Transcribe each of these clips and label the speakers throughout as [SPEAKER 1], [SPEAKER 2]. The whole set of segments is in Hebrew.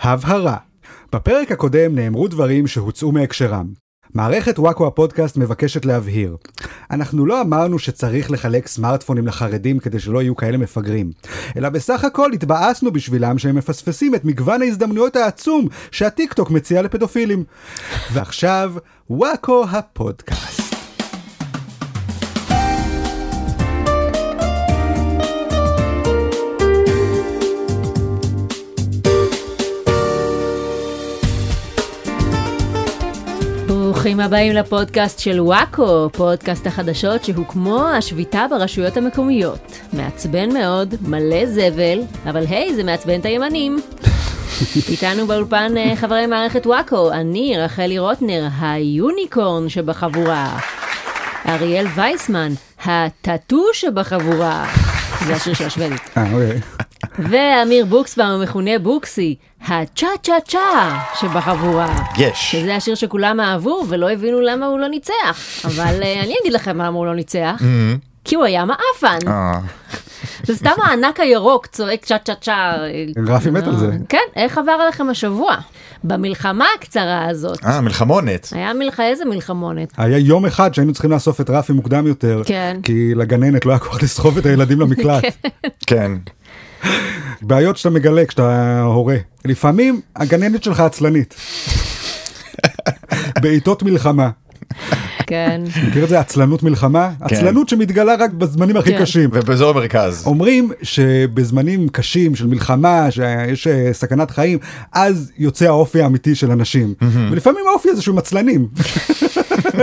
[SPEAKER 1] הבהרה בפרק הקודם נאמרו דברים שהוצאו מהקשרם. מערכת וואקו הפודקאסט מבקשת להבהיר. אנחנו לא אמרנו שצריך לחלק סמארטפונים לחרדים כדי שלא יהיו כאלה מפגרים, אלא בסך הכל התבאסנו בשבילם שהם מפספסים את מגוון ההזדמנויות העצום שהטיקטוק מציע לפדופילים. ועכשיו, וואקו הפודקאסט.
[SPEAKER 2] ברוכים הבאים לפודקאסט של וואקו, פודקאסט החדשות שהוא כמו השביתה ברשויות המקומיות. מעצבן מאוד, מלא זבל, אבל היי, זה מעצבן את הימנים. איתנו באולפן אה, חברי מערכת וואקו, אני רחלי רוטנר, היוניקורן שבחבורה. אריאל וייסמן, הטאטו שבחבורה. זה השיר של השוודית.
[SPEAKER 1] אה, אוקיי.
[SPEAKER 2] ואמיר בוקסבאום, המכונה בוקסי, הצ'ה צ'ה צ'ה שבחבורה.
[SPEAKER 3] יש.
[SPEAKER 2] שזה השיר שכולם אהבו ולא הבינו למה הוא לא ניצח. אבל אה, אני אגיד לכם למה הוא לא ניצח. כי הוא היה מעפן.
[SPEAKER 3] אה,
[SPEAKER 2] זה סתם הענק הירוק צועק צ'ה צ'ה צ'ה.
[SPEAKER 1] רפי מת על זה.
[SPEAKER 2] כן, איך עבר עליכם השבוע? במלחמה הקצרה הזאת.
[SPEAKER 3] אה, מלחמונת.
[SPEAKER 2] היה מלחה, איזה מלחמונת.
[SPEAKER 1] היה יום אחד שהיינו צריכים לאסוף את רפי מוקדם יותר,
[SPEAKER 2] כן.
[SPEAKER 1] כי לגננת לא היה כוח לסחוב את הילדים למקלט.
[SPEAKER 3] כן.
[SPEAKER 1] בעיות שאתה מגלה כשאתה הורה. לפעמים הגננת שלך עצלנית. בעיתות מלחמה.
[SPEAKER 2] כן.
[SPEAKER 1] מכיר את זה? עצלנות מלחמה?
[SPEAKER 3] כן.
[SPEAKER 1] עצלנות שמתגלה רק בזמנים הכי
[SPEAKER 2] כן.
[SPEAKER 1] קשים.
[SPEAKER 3] ובאזור המרכז.
[SPEAKER 1] אומרים שבזמנים קשים של מלחמה, שיש אה, סכנת חיים, אז יוצא האופי האמיתי של אנשים. ולפעמים האופי הזה שהוא מצלנים.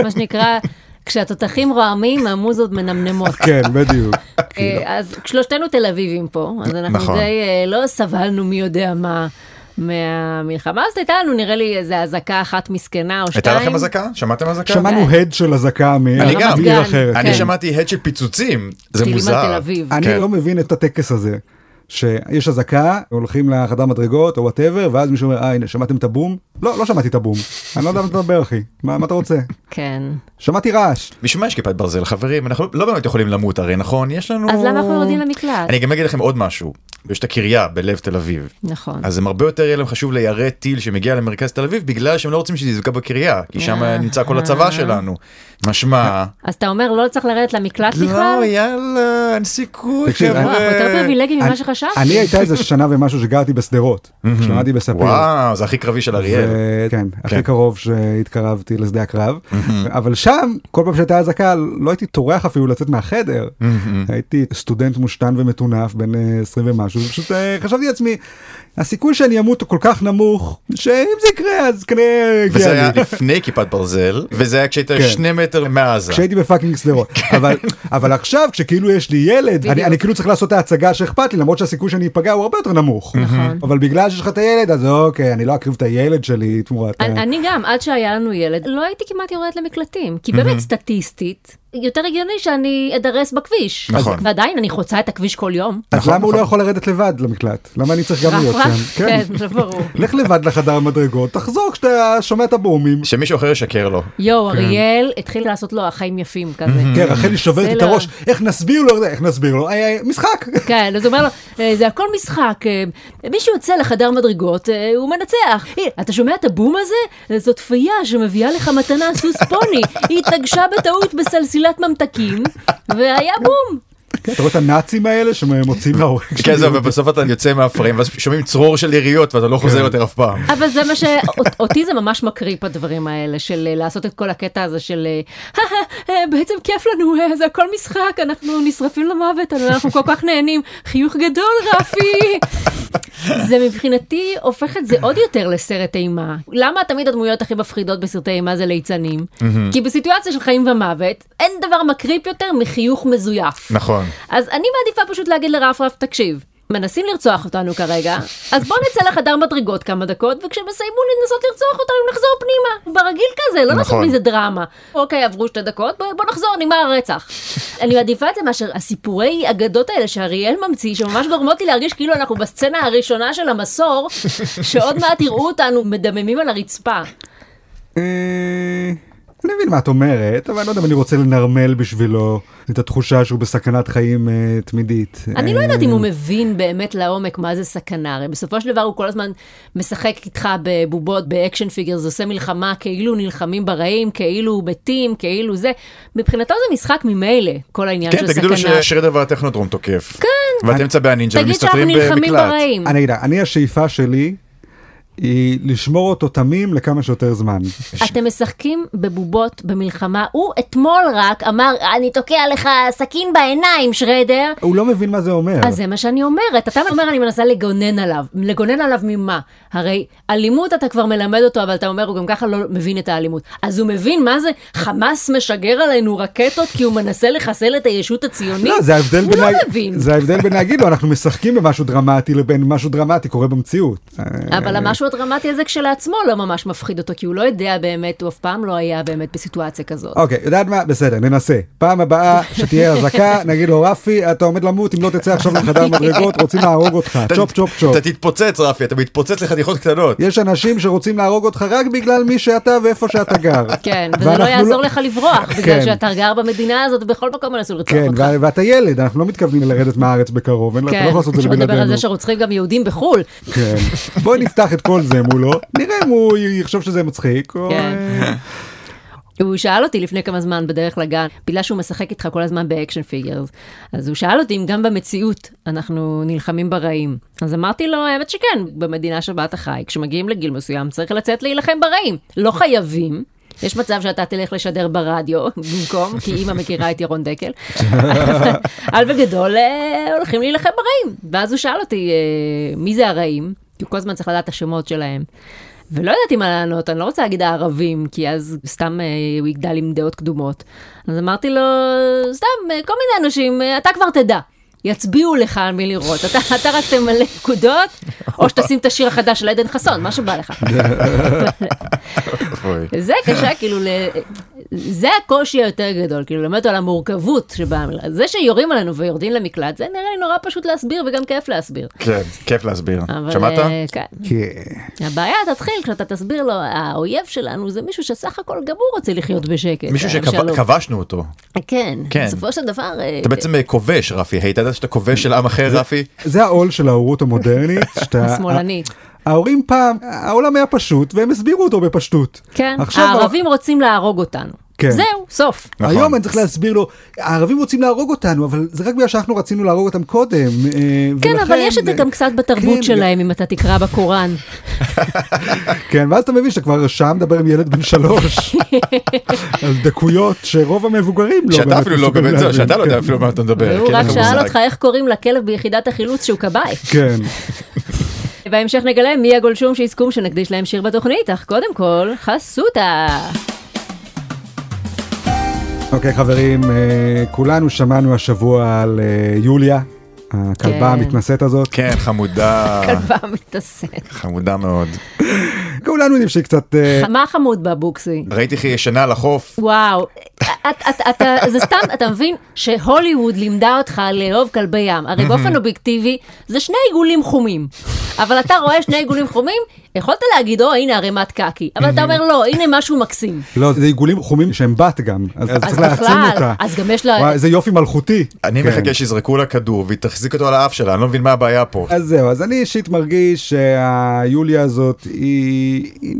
[SPEAKER 2] מה שנקרא, כשהתותחים רועמים, המוזות מנמנמות.
[SPEAKER 1] כן, בדיוק.
[SPEAKER 2] אה, אז שלושתנו תל אביבים פה, אז אנחנו
[SPEAKER 3] כאילו. נכון.
[SPEAKER 2] די אה, לא סבלנו מי יודע מה מהמלחמה, אז הייתה לנו נראה לי איזה אזעקה אחת מסכנה או
[SPEAKER 3] הייתה
[SPEAKER 2] שתיים.
[SPEAKER 3] לכם אזעקה? שמעתם אזעקה?
[SPEAKER 1] שמענו הד של אזעקה מ-
[SPEAKER 3] אני גם.
[SPEAKER 1] מעיר אחרת.
[SPEAKER 3] אני
[SPEAKER 1] כן.
[SPEAKER 3] שמעתי הד של פיצוצים. זה
[SPEAKER 2] טילים על
[SPEAKER 3] מוזר.
[SPEAKER 2] תל אביב.
[SPEAKER 1] אני
[SPEAKER 3] כן.
[SPEAKER 1] לא מבין את הטקס הזה. שיש אזעקה, הולכים לחדר מדרגות או וואטאבר, ואז מישהו אומר, אה הנה, שמעתם את הבום? לא, לא שמעתי את הבום. אני לא יודע מה אתה מדבר אחי, מה מה אתה רוצה?
[SPEAKER 2] כן.
[SPEAKER 1] שמעתי רעש.
[SPEAKER 3] בשביל מה יש כיפת ברזל חברים? אנחנו לא באמת יכולים למות הרי נכון? יש לנו...
[SPEAKER 2] אז למה אנחנו לא יורדים למקלט?
[SPEAKER 3] אני גם אגיד לכם עוד משהו. יש את הקריה בלב תל אביב.
[SPEAKER 2] נכון.
[SPEAKER 3] אז הם הרבה יותר יהיה להם חשוב ליירט טיל שמגיע למרכז תל אביב בגלל שהם לא רוצים שזה יזוקה בקריה כי שם
[SPEAKER 2] אה.
[SPEAKER 3] נמצא כל הצבא שלנו. משמע.
[SPEAKER 2] אז אתה אומר לא צריך לרדת למקלט בכלל?
[SPEAKER 3] לא יאללה אין סיכוי
[SPEAKER 1] תקשיב,
[SPEAKER 3] חבר'ה.
[SPEAKER 2] וואו, אנחנו יותר פריבילגיים ממה
[SPEAKER 1] אני-
[SPEAKER 2] שחשבתי.
[SPEAKER 1] אני הייתה איזה שנה ומשהו שגרתי בשדרות, כשלמדתי בספיר.
[SPEAKER 3] וואו זה הכי קרבי של אריאל.
[SPEAKER 1] ו- כן, הכי
[SPEAKER 3] כן.
[SPEAKER 1] קרוב שהתקרבתי לשדה הקרב, אבל שם, כל פעם שהייתה אזעקה, לא הייתי טורח אפילו לצאת מהחדר. הייתי סטודנט מושתן ומטונף בן אה, 20 ומשהו, ופשוט אה, חשבתי לעצמי, הסיכוי שאני אמות הוא כל כך נמוך, שאם זה יקרה אז כנראה
[SPEAKER 3] וזה
[SPEAKER 1] יגיע
[SPEAKER 3] היה
[SPEAKER 1] לי.
[SPEAKER 3] לפני כיפת ברזל, וזה היה כשהיית
[SPEAKER 1] כן.
[SPEAKER 3] שני מטר מעזה.
[SPEAKER 1] כשהייתי בפאקינג שדרות,
[SPEAKER 3] כן.
[SPEAKER 1] אבל, אבל עכשיו כשכאילו יש לי ילד, אני,
[SPEAKER 2] בדיוק.
[SPEAKER 1] אני כאילו צריך לעשות את ההצגה שאכפת לי למרות שהסיכוי שאני אפגע הוא הרבה יותר נמוך.
[SPEAKER 2] נכון.
[SPEAKER 1] אבל בגלל שיש לך את הילד אז אוקיי אני לא אקריב את הילד שלי תמורת. אה,
[SPEAKER 2] אני
[SPEAKER 1] ה-
[SPEAKER 2] אני גם, עד שהיה לנו ילד, לא הייתי כמעט יורדת למקלטים, כי באמת סטטיסטית, יותר הגיוני שאני אדרס בכביש.
[SPEAKER 3] נכון.
[SPEAKER 2] אז- ועדיין, אני חוצה את הכביש כל יום.
[SPEAKER 1] אז
[SPEAKER 3] נכון,
[SPEAKER 1] למה הוא לא
[SPEAKER 3] נכון.
[SPEAKER 1] יכול לרדת לבד למקלט? למה אני צריך גם להיות
[SPEAKER 2] רפרף?
[SPEAKER 1] שם?
[SPEAKER 2] כן, זה ברור.
[SPEAKER 1] לך לבד לחדר המדרגות, תחזור כשאתה שומע את הבומים.
[SPEAKER 3] שמישהו אחר ישקר לו.
[SPEAKER 2] יואו, אריאל התחיל לעשות לו החיים יפים כזה.
[SPEAKER 1] כן, רחלי שוברת
[SPEAKER 2] זה
[SPEAKER 1] את
[SPEAKER 2] לא.
[SPEAKER 1] הראש, איך נסביר לו, איך נסביר לו, "אה, אה, משחק.
[SPEAKER 2] כן, אז הוא אומר לו, "אה, זה הכל משחק, אה, מי שיוצא לחדר מדרגות, אה, הוא מנצח. הנה, אתה שומע את הבום הזה? זאת פייה שמביאה לך מתנה סוס פוני. היא התנגשה בטעות בסלסילת ממתקים, והיה בום.
[SPEAKER 1] כן, אתה רואה את הנאצים האלה שמוציאים להורג.
[SPEAKER 3] כן, זהו, ובסוף אתה יוצא מהפריים, ואז שומעים צרור של יריות ואתה לא חוזר
[SPEAKER 1] כן.
[SPEAKER 3] יותר אף פעם.
[SPEAKER 2] אבל זה מה ש... אות- אותי זה ממש מקריפ הדברים האלה, של אה, לעשות את כל הקטע הזה של... אה, "אה, בעצם כיף לנו, אה, זה הכל משחק, אנחנו נשרפים למוות, אבל אנחנו כל כך נהנים. חיוך גדול, רפי! זה מבחינתי הופך את זה עוד יותר לסרט אימה. למה תמיד הדמויות הכי מפחידות בסרטי אימה זה ליצנים? כי בסיטואציה של חיים ומוות, אין דבר מקריפ יותר מחיוך מזויף.
[SPEAKER 3] נכון.
[SPEAKER 2] אז אני מעדיפה פשוט להגיד לרפרף, תקשיב, מנסים לרצוח אותנו כרגע, אז בוא נצא לחדר מדרגות כמה דקות, וכשמסיימו לנסות לרצוח אותנו נחזור פנימה, ברגיל כזה, לא נעשה
[SPEAKER 3] נכון.
[SPEAKER 2] מזה דרמה. אוקיי, עברו שתי דקות, בוא, בוא נחזור, נגמר הרצח. אני מעדיפה את זה מאשר הסיפורי אגדות האלה שאריאל ממציא, שממש גורמות לי להרגיש כאילו אנחנו בסצנה הראשונה של המסור, שעוד מעט יראו אותנו מדממים על הרצפה.
[SPEAKER 1] אה, אני מבין מה את אומרת, אבל אני לא יודע אם אני רוצה לנרמל בשבילו את התחושה שהוא בסכנת חיים אה, תמידית.
[SPEAKER 2] אני לא
[SPEAKER 1] אה,
[SPEAKER 2] יודעת אם הוא מבין באמת לעומק מה זה סכנה, הרי בסופו של דבר הוא כל הזמן משחק איתך בבובות, באקשן פיגרס, עושה מלחמה כאילו נלחמים ברעים, כאילו מתים, כאילו זה. מבחינתו זה משחק ממילא, כל העניין
[SPEAKER 3] כן,
[SPEAKER 2] של
[SPEAKER 3] תגידו לו
[SPEAKER 2] סכנה.
[SPEAKER 3] ששרדו והטכנוטרום תוקף. כן. ואתם צבי הנינג'ה
[SPEAKER 2] תגיד שאנחנו
[SPEAKER 3] ומסתתרים
[SPEAKER 2] נלחמים
[SPEAKER 3] במקלט.
[SPEAKER 2] ברעים.
[SPEAKER 1] אני יודע, אני השאיפה שלי היא לשמור אותו תמים לכמה שיותר זמן.
[SPEAKER 2] אתם משחקים בבובות במלחמה. הוא אתמול רק אמר, אני תוקע לך סכין בעיניים, שרדר.
[SPEAKER 1] הוא לא מבין מה זה אומר.
[SPEAKER 2] אז זה מה שאני אומרת, אתה אומר אני מנסה לגונן עליו, לגונן עליו ממה? הרי אלימות אתה כבר מלמד אותו, אבל אתה אומר הוא גם ככה לא מבין את האלימות. אז הוא מבין מה זה חמאס משגר עלינו רקטות כי הוא מנסה לחסל את הישות הציונית?
[SPEAKER 1] לא, זה ההבדל
[SPEAKER 2] הוא
[SPEAKER 1] בין...
[SPEAKER 2] לא
[SPEAKER 1] לה-
[SPEAKER 2] מבין.
[SPEAKER 1] זה ההבדל בין להגיד לו, אנחנו משחקים במשהו דרמטי לבין משהו דרמטי קורה במציאות. אה,
[SPEAKER 2] אבל המשהו הדרמטי הזה כשלעצמו לא ממש מפחיד אותו, כי הוא לא יודע באמת, הוא אף פעם לא היה באמת בסיטואציה כזאת.
[SPEAKER 1] אוקיי, יודעת מה? בסדר, ננסה. פעם הבאה שתהיה אזעקה, נגיד לו, רפי, אתה עומד למות אם לא תצא עכשיו לחדר מדרגות, רוצים להרוג אותך.
[SPEAKER 3] אתה-
[SPEAKER 1] אה, צ'ופ צ'ופ צ'ופ.
[SPEAKER 3] אתה תתפוצץ, רפי, אתה מתפוצץ לחתיכות קטנות.
[SPEAKER 1] יש אנשים שרוצים להרוג אותך רק בגלל מי שאתה ואיפה שאתה גר.
[SPEAKER 2] כן, וזה
[SPEAKER 1] ואנחנו
[SPEAKER 2] לא יעזור לך לברוח, בגלל
[SPEAKER 1] כן.
[SPEAKER 2] שאתה גר במדינה הזאת, בכל מקום ינסו לרצוח
[SPEAKER 1] כן,
[SPEAKER 2] אותך.
[SPEAKER 1] ו- ואתה ילד, אנחנו לא מתכוונים לרדת מהארץ בקרוב, אין- אתה לא
[SPEAKER 2] כן,
[SPEAKER 1] יכול לעשות את זה
[SPEAKER 2] שלא נדבר על
[SPEAKER 1] בלעדינו.
[SPEAKER 2] זה שרוצחים גם יהודים בחו"ל.
[SPEAKER 1] כן. בואי נפתח את כל זה מולו, נראה אם הוא י- יחשוב שזה מצחיק. או-
[SPEAKER 2] כן. הוא שאל אותי לפני כמה זמן בדרך לגן, בגלל שהוא משחק איתך כל הזמן באקשן פיגרס, אז הוא שאל אותי אם גם במציאות אנחנו נלחמים ברעים. אז אמרתי לו, האמת שכן, במדינה שבה אתה חי, כשמגיעים לגיל מסוים צריך לצאת להילחם ברעים. לא חייבים. יש מצב שאתה תלך לשדר ברדיו במקום, כי אימא מכירה את ירון דקל. אבל בגדול אה, הולכים להילחם ברעים. ואז הוא שאל אותי, אה, מי זה הרעים? כי הוא כל הזמן צריך לדעת את השמות שלהם. ולא ידעתי מה לענות, אני לא רוצה להגיד הערבים, כי אז סתם אה, הוא יגדל עם דעות קדומות. אז אמרתי לו, סתם, אה, כל מיני אנשים, אה, אתה כבר תדע. יצביעו לך על מי לראות, אתה, אתה רק תמלא פקודות, או שתשים את השיר החדש של עדן חסון, מה שבא לך.
[SPEAKER 3] אוי.
[SPEAKER 2] זה קשה, כאילו, ל... זה הקושי היותר גדול, כאילו, ללמד אותו על המורכבות שבה, זה שיורים עלינו ויורדים למקלט, זה נראה לי נורא פשוט להסביר וגם כיף להסביר.
[SPEAKER 3] כן, כיף להסביר.
[SPEAKER 2] אבל,
[SPEAKER 3] שמעת?
[SPEAKER 2] אה, כן.
[SPEAKER 1] כן.
[SPEAKER 2] הבעיה תתחיל כשאתה תסביר לו, האויב שלנו זה מישהו שסך הכל גם הוא רוצה לחיות בשקט.
[SPEAKER 3] מישהו
[SPEAKER 2] אה, בשלום."
[SPEAKER 3] שכבשנו אותו.
[SPEAKER 2] כן,
[SPEAKER 3] כן.
[SPEAKER 2] בסופו של דבר... אה,
[SPEAKER 3] אתה בעצם אה, כובש, רפי. היי, אתה יודע שאתה כובש של עם אחר, רפי?
[SPEAKER 1] זה העול של ההורות המודרנית.
[SPEAKER 2] אה,
[SPEAKER 1] שאתה-
[SPEAKER 2] השמאלנית.
[SPEAKER 1] ההורים פעם, העולם היה פשוט, והם הסבירו אותו בפשטות.
[SPEAKER 2] כן,
[SPEAKER 1] עכשיו
[SPEAKER 2] הערבים רוצים להרוג אותנו.
[SPEAKER 1] כן.
[SPEAKER 2] זהו, סוף.
[SPEAKER 3] נכון.
[SPEAKER 1] היום אני צריך להסביר לו, הערבים רוצים להרוג אותנו, אבל זה רק בגלל שאנחנו רצינו להרוג אותם קודם. אה,
[SPEAKER 2] כן, אבל
[SPEAKER 1] ולכן-
[SPEAKER 2] יש את זה גם קצת בתרבות
[SPEAKER 1] כן,
[SPEAKER 2] שלהם, אם אתה תקרא בקוראן.
[SPEAKER 1] כן, ואז אתה מבין שאתה כבר שעה מדבר עם ילד בן שלוש, על דקויות שרוב המבוגרים לא
[SPEAKER 3] שאתה אפילו לא
[SPEAKER 1] מסוגלים
[SPEAKER 3] באמת,
[SPEAKER 1] להבין.
[SPEAKER 3] שאתה לא יודע
[SPEAKER 1] כן,
[SPEAKER 3] אפילו מה אתה מדבר.
[SPEAKER 2] והוא
[SPEAKER 3] כן,
[SPEAKER 2] רק
[SPEAKER 3] אין לך
[SPEAKER 2] שאל
[SPEAKER 3] מושג.
[SPEAKER 2] אותך איך קוראים לכלב ביחידת החילוץ שהוא כבאי.
[SPEAKER 1] כן,
[SPEAKER 2] בהמשך נגלה מי הגולשום שיזכום שנקדיש להם שיר בתוכנית, אך קודם כל, חסותה.
[SPEAKER 1] אה. אוקיי חברים, אה, כולנו שמענו השבוע על אה, יוליה,
[SPEAKER 2] כן.
[SPEAKER 1] הכלבה המתנשאת הזאת.
[SPEAKER 3] כן, חמודה,
[SPEAKER 2] כלבה מתעשת.
[SPEAKER 3] חמודה מאוד.
[SPEAKER 1] כולנו יודעים שהיא קצת... אה,
[SPEAKER 2] מה חמוד בבוקסי?
[SPEAKER 3] ראיתי איך היא ישנה על החוף.
[SPEAKER 2] וואו, את- את- אתה- זה סתם, אתה מבין שהוליווד לימדה אותך לאהוב כלבי ים. הרי באופן אובייקטיבי, זה שני עיגולים חומים. אבל אתה רואה שני עיגולים חומים, יכולת להגיד, או, הנה ערימת קקי. אבל אתה אומר, לא, הנה משהו מקסים.
[SPEAKER 1] לא, זה עיגולים חומים שהם בת גם, אז צריך
[SPEAKER 2] בכלל,
[SPEAKER 1] להעצים אותה.
[SPEAKER 2] אז גם יש לה-
[SPEAKER 1] וואי, זה יופי מלכותי.
[SPEAKER 3] אני
[SPEAKER 1] כן.
[SPEAKER 3] מחכה שיזרקו לה כדור והיא תחזיק אותו על האף שלה, אני לא מבין מה הבעיה פה.
[SPEAKER 1] אז זהו, אז אני אישית מרגיש שהיוליה הזאת היא... היא היא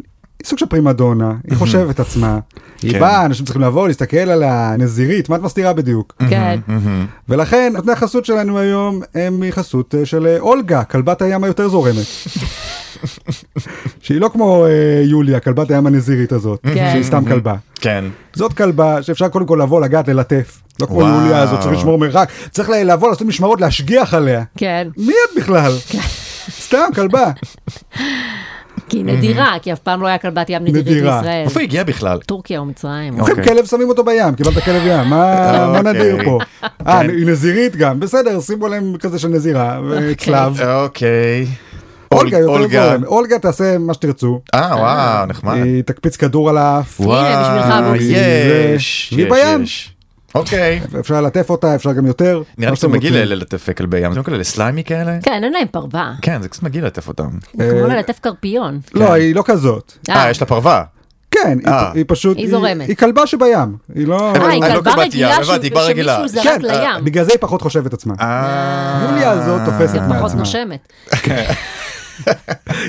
[SPEAKER 1] סוג של פרימדונה, היא חושבת עצמה. היא
[SPEAKER 3] כן.
[SPEAKER 1] באה, אנשים צריכים לבוא, להסתכל על הנזירית, מה את מסתירה בדיוק?
[SPEAKER 2] כן.
[SPEAKER 1] ולכן, נותני החסות שלנו היום הם מחסות אה, של אה, אולגה, כלבת הים היותר זורמת. שהיא לא כמו אה, יוליה, כלבת הים הנזירית הזאת,
[SPEAKER 2] כן.
[SPEAKER 1] שהיא סתם כלבה.
[SPEAKER 3] כן.
[SPEAKER 1] זאת כלבה שאפשר קודם כל לבוא, לגעת, ללטף. לא כמו
[SPEAKER 3] וואו.
[SPEAKER 1] יוליה הזאת, צריך לשמור מרחק. צריך ל- לבוא, לעשות משמרות, להשגיח עליה.
[SPEAKER 2] כן.
[SPEAKER 1] מי את בכלל? סתם כלבה.
[SPEAKER 2] כי היא נדירה, כי אף פעם לא היה כלבת ים נדירית
[SPEAKER 1] נדירה.
[SPEAKER 2] בישראל.
[SPEAKER 3] איפה היא הגיעה בכלל?
[SPEAKER 2] טורקיה או מצרים. או-
[SPEAKER 1] לוקחים
[SPEAKER 3] אוקיי.
[SPEAKER 1] כלב, שמים אותו בים, קיבלת כלב ים, מה מה
[SPEAKER 3] אוקיי.
[SPEAKER 1] נדיר פה? אה,
[SPEAKER 3] כן.
[SPEAKER 1] היא נזירית גם, בסדר, שימו להם כזה של נזירה, וצלב.
[SPEAKER 3] אוקיי.
[SPEAKER 1] אולגה יותר זורם, אולגה תעשה מה שתרצו,
[SPEAKER 3] אה, וואו, נחמד.
[SPEAKER 1] היא תקפיץ כדור על האף,
[SPEAKER 2] הנה, בשבילך,
[SPEAKER 3] וואו,
[SPEAKER 2] בוקסי.
[SPEAKER 3] יש.
[SPEAKER 1] והיא
[SPEAKER 3] יש,
[SPEAKER 1] בים.
[SPEAKER 3] יש. אוקיי.
[SPEAKER 1] אפשר ללטף אותה, אפשר גם יותר.
[SPEAKER 3] נראה
[SPEAKER 1] מה
[SPEAKER 3] לי קצת
[SPEAKER 1] שאתם
[SPEAKER 3] מגעיל
[SPEAKER 1] רוצים.
[SPEAKER 3] ללטף כלבי ים, זה לא כאלה סליימי כאלה?
[SPEAKER 2] כן, אין להם פרווה.
[SPEAKER 3] כן, זה קצת מגעיל ללטף אותם.
[SPEAKER 2] זה כמו ללטף קרפיון.
[SPEAKER 1] לא, היא לא כזאת.
[SPEAKER 3] אה, יש לה פרווה.
[SPEAKER 1] כן, כן, היא-
[SPEAKER 3] כן. אה.
[SPEAKER 1] היא פשוט...
[SPEAKER 2] היא זורמת.
[SPEAKER 1] היא כלבה שבים. היא לא...
[SPEAKER 2] אה, היא
[SPEAKER 3] אני לא
[SPEAKER 2] כלבה
[SPEAKER 3] קבעתי,
[SPEAKER 2] רגילה
[SPEAKER 3] אבל
[SPEAKER 2] ש-
[SPEAKER 3] הבנתי, כן, היא באה רגילה.
[SPEAKER 2] שמישהו זרק לים.
[SPEAKER 1] כן, אה, בגלל זה היא פחות חושבת עצמה.
[SPEAKER 3] אה.
[SPEAKER 1] יוליה הזאת תופסת
[SPEAKER 2] גם פחות
[SPEAKER 1] מעצמה.
[SPEAKER 2] נושמת.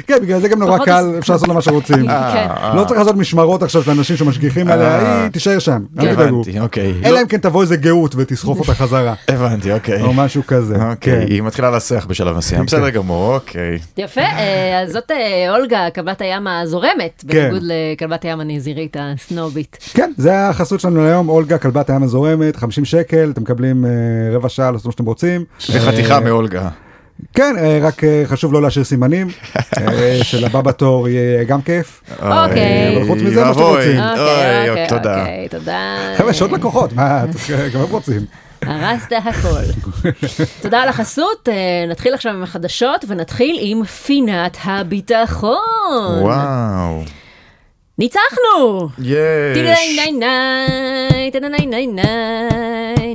[SPEAKER 1] כן, בגלל זה גם נורא
[SPEAKER 2] פחות
[SPEAKER 1] קל,
[SPEAKER 2] עושה-
[SPEAKER 1] אפשר לעשות לה מה שרוצים.
[SPEAKER 3] אה,
[SPEAKER 2] כן.
[SPEAKER 1] לא צריך לעשות משמרות עכשיו של אנשים שמשגיחים עליה, היא תישאר שם,
[SPEAKER 2] כן.
[SPEAKER 1] אל תדאגו.
[SPEAKER 3] הבנתי, אוקיי.
[SPEAKER 1] לא אלא אם כן תבוא איזה גאות ותסחוף אותה חזרה,
[SPEAKER 3] הבנתי, אוקיי.
[SPEAKER 1] או כן. משהו כזה.
[SPEAKER 3] אוקיי, היא מתחילה לסח בשלב מסוים. בסדר גמור, אוקיי.
[SPEAKER 2] יפה, אה, אז זאת אה, אולגה, כלבת הים הזורמת, בניגוד לכלבת הים הנזירית הסנובית.
[SPEAKER 1] כן, זה החסות שלנו היום, אולגה, כלבת הים הזורמת, 50 שקל, אתם מקבלים אה, רבע שעה לעשות מה שאתם רוצים. אה,
[SPEAKER 3] וחתיכה מאולגה.
[SPEAKER 1] כן, אה, רק אה, חשוב לא להשאיר סימנים, אה, שלבא בתור יהיה גם כיף.
[SPEAKER 2] אוקיי.
[SPEAKER 1] אבל חוץ מזה, מה שאתם
[SPEAKER 3] אוי,
[SPEAKER 1] רוצים.
[SPEAKER 3] אוי,
[SPEAKER 2] אוקיי,
[SPEAKER 3] תודה.
[SPEAKER 2] אוקיי, תודה.
[SPEAKER 1] חבר'ה, יש עוד לקוחות, מה, אתם- גם הם רוצים.
[SPEAKER 2] הרסת הכל. תודה על החסות, אה, נתחיל עכשיו עם החדשות ונתחיל עם פינת הביטחון.
[SPEAKER 3] וואו.
[SPEAKER 2] ניצחנו!
[SPEAKER 3] יש.
[SPEAKER 2] תדעי, ני, ני, תדעי, ני, ני.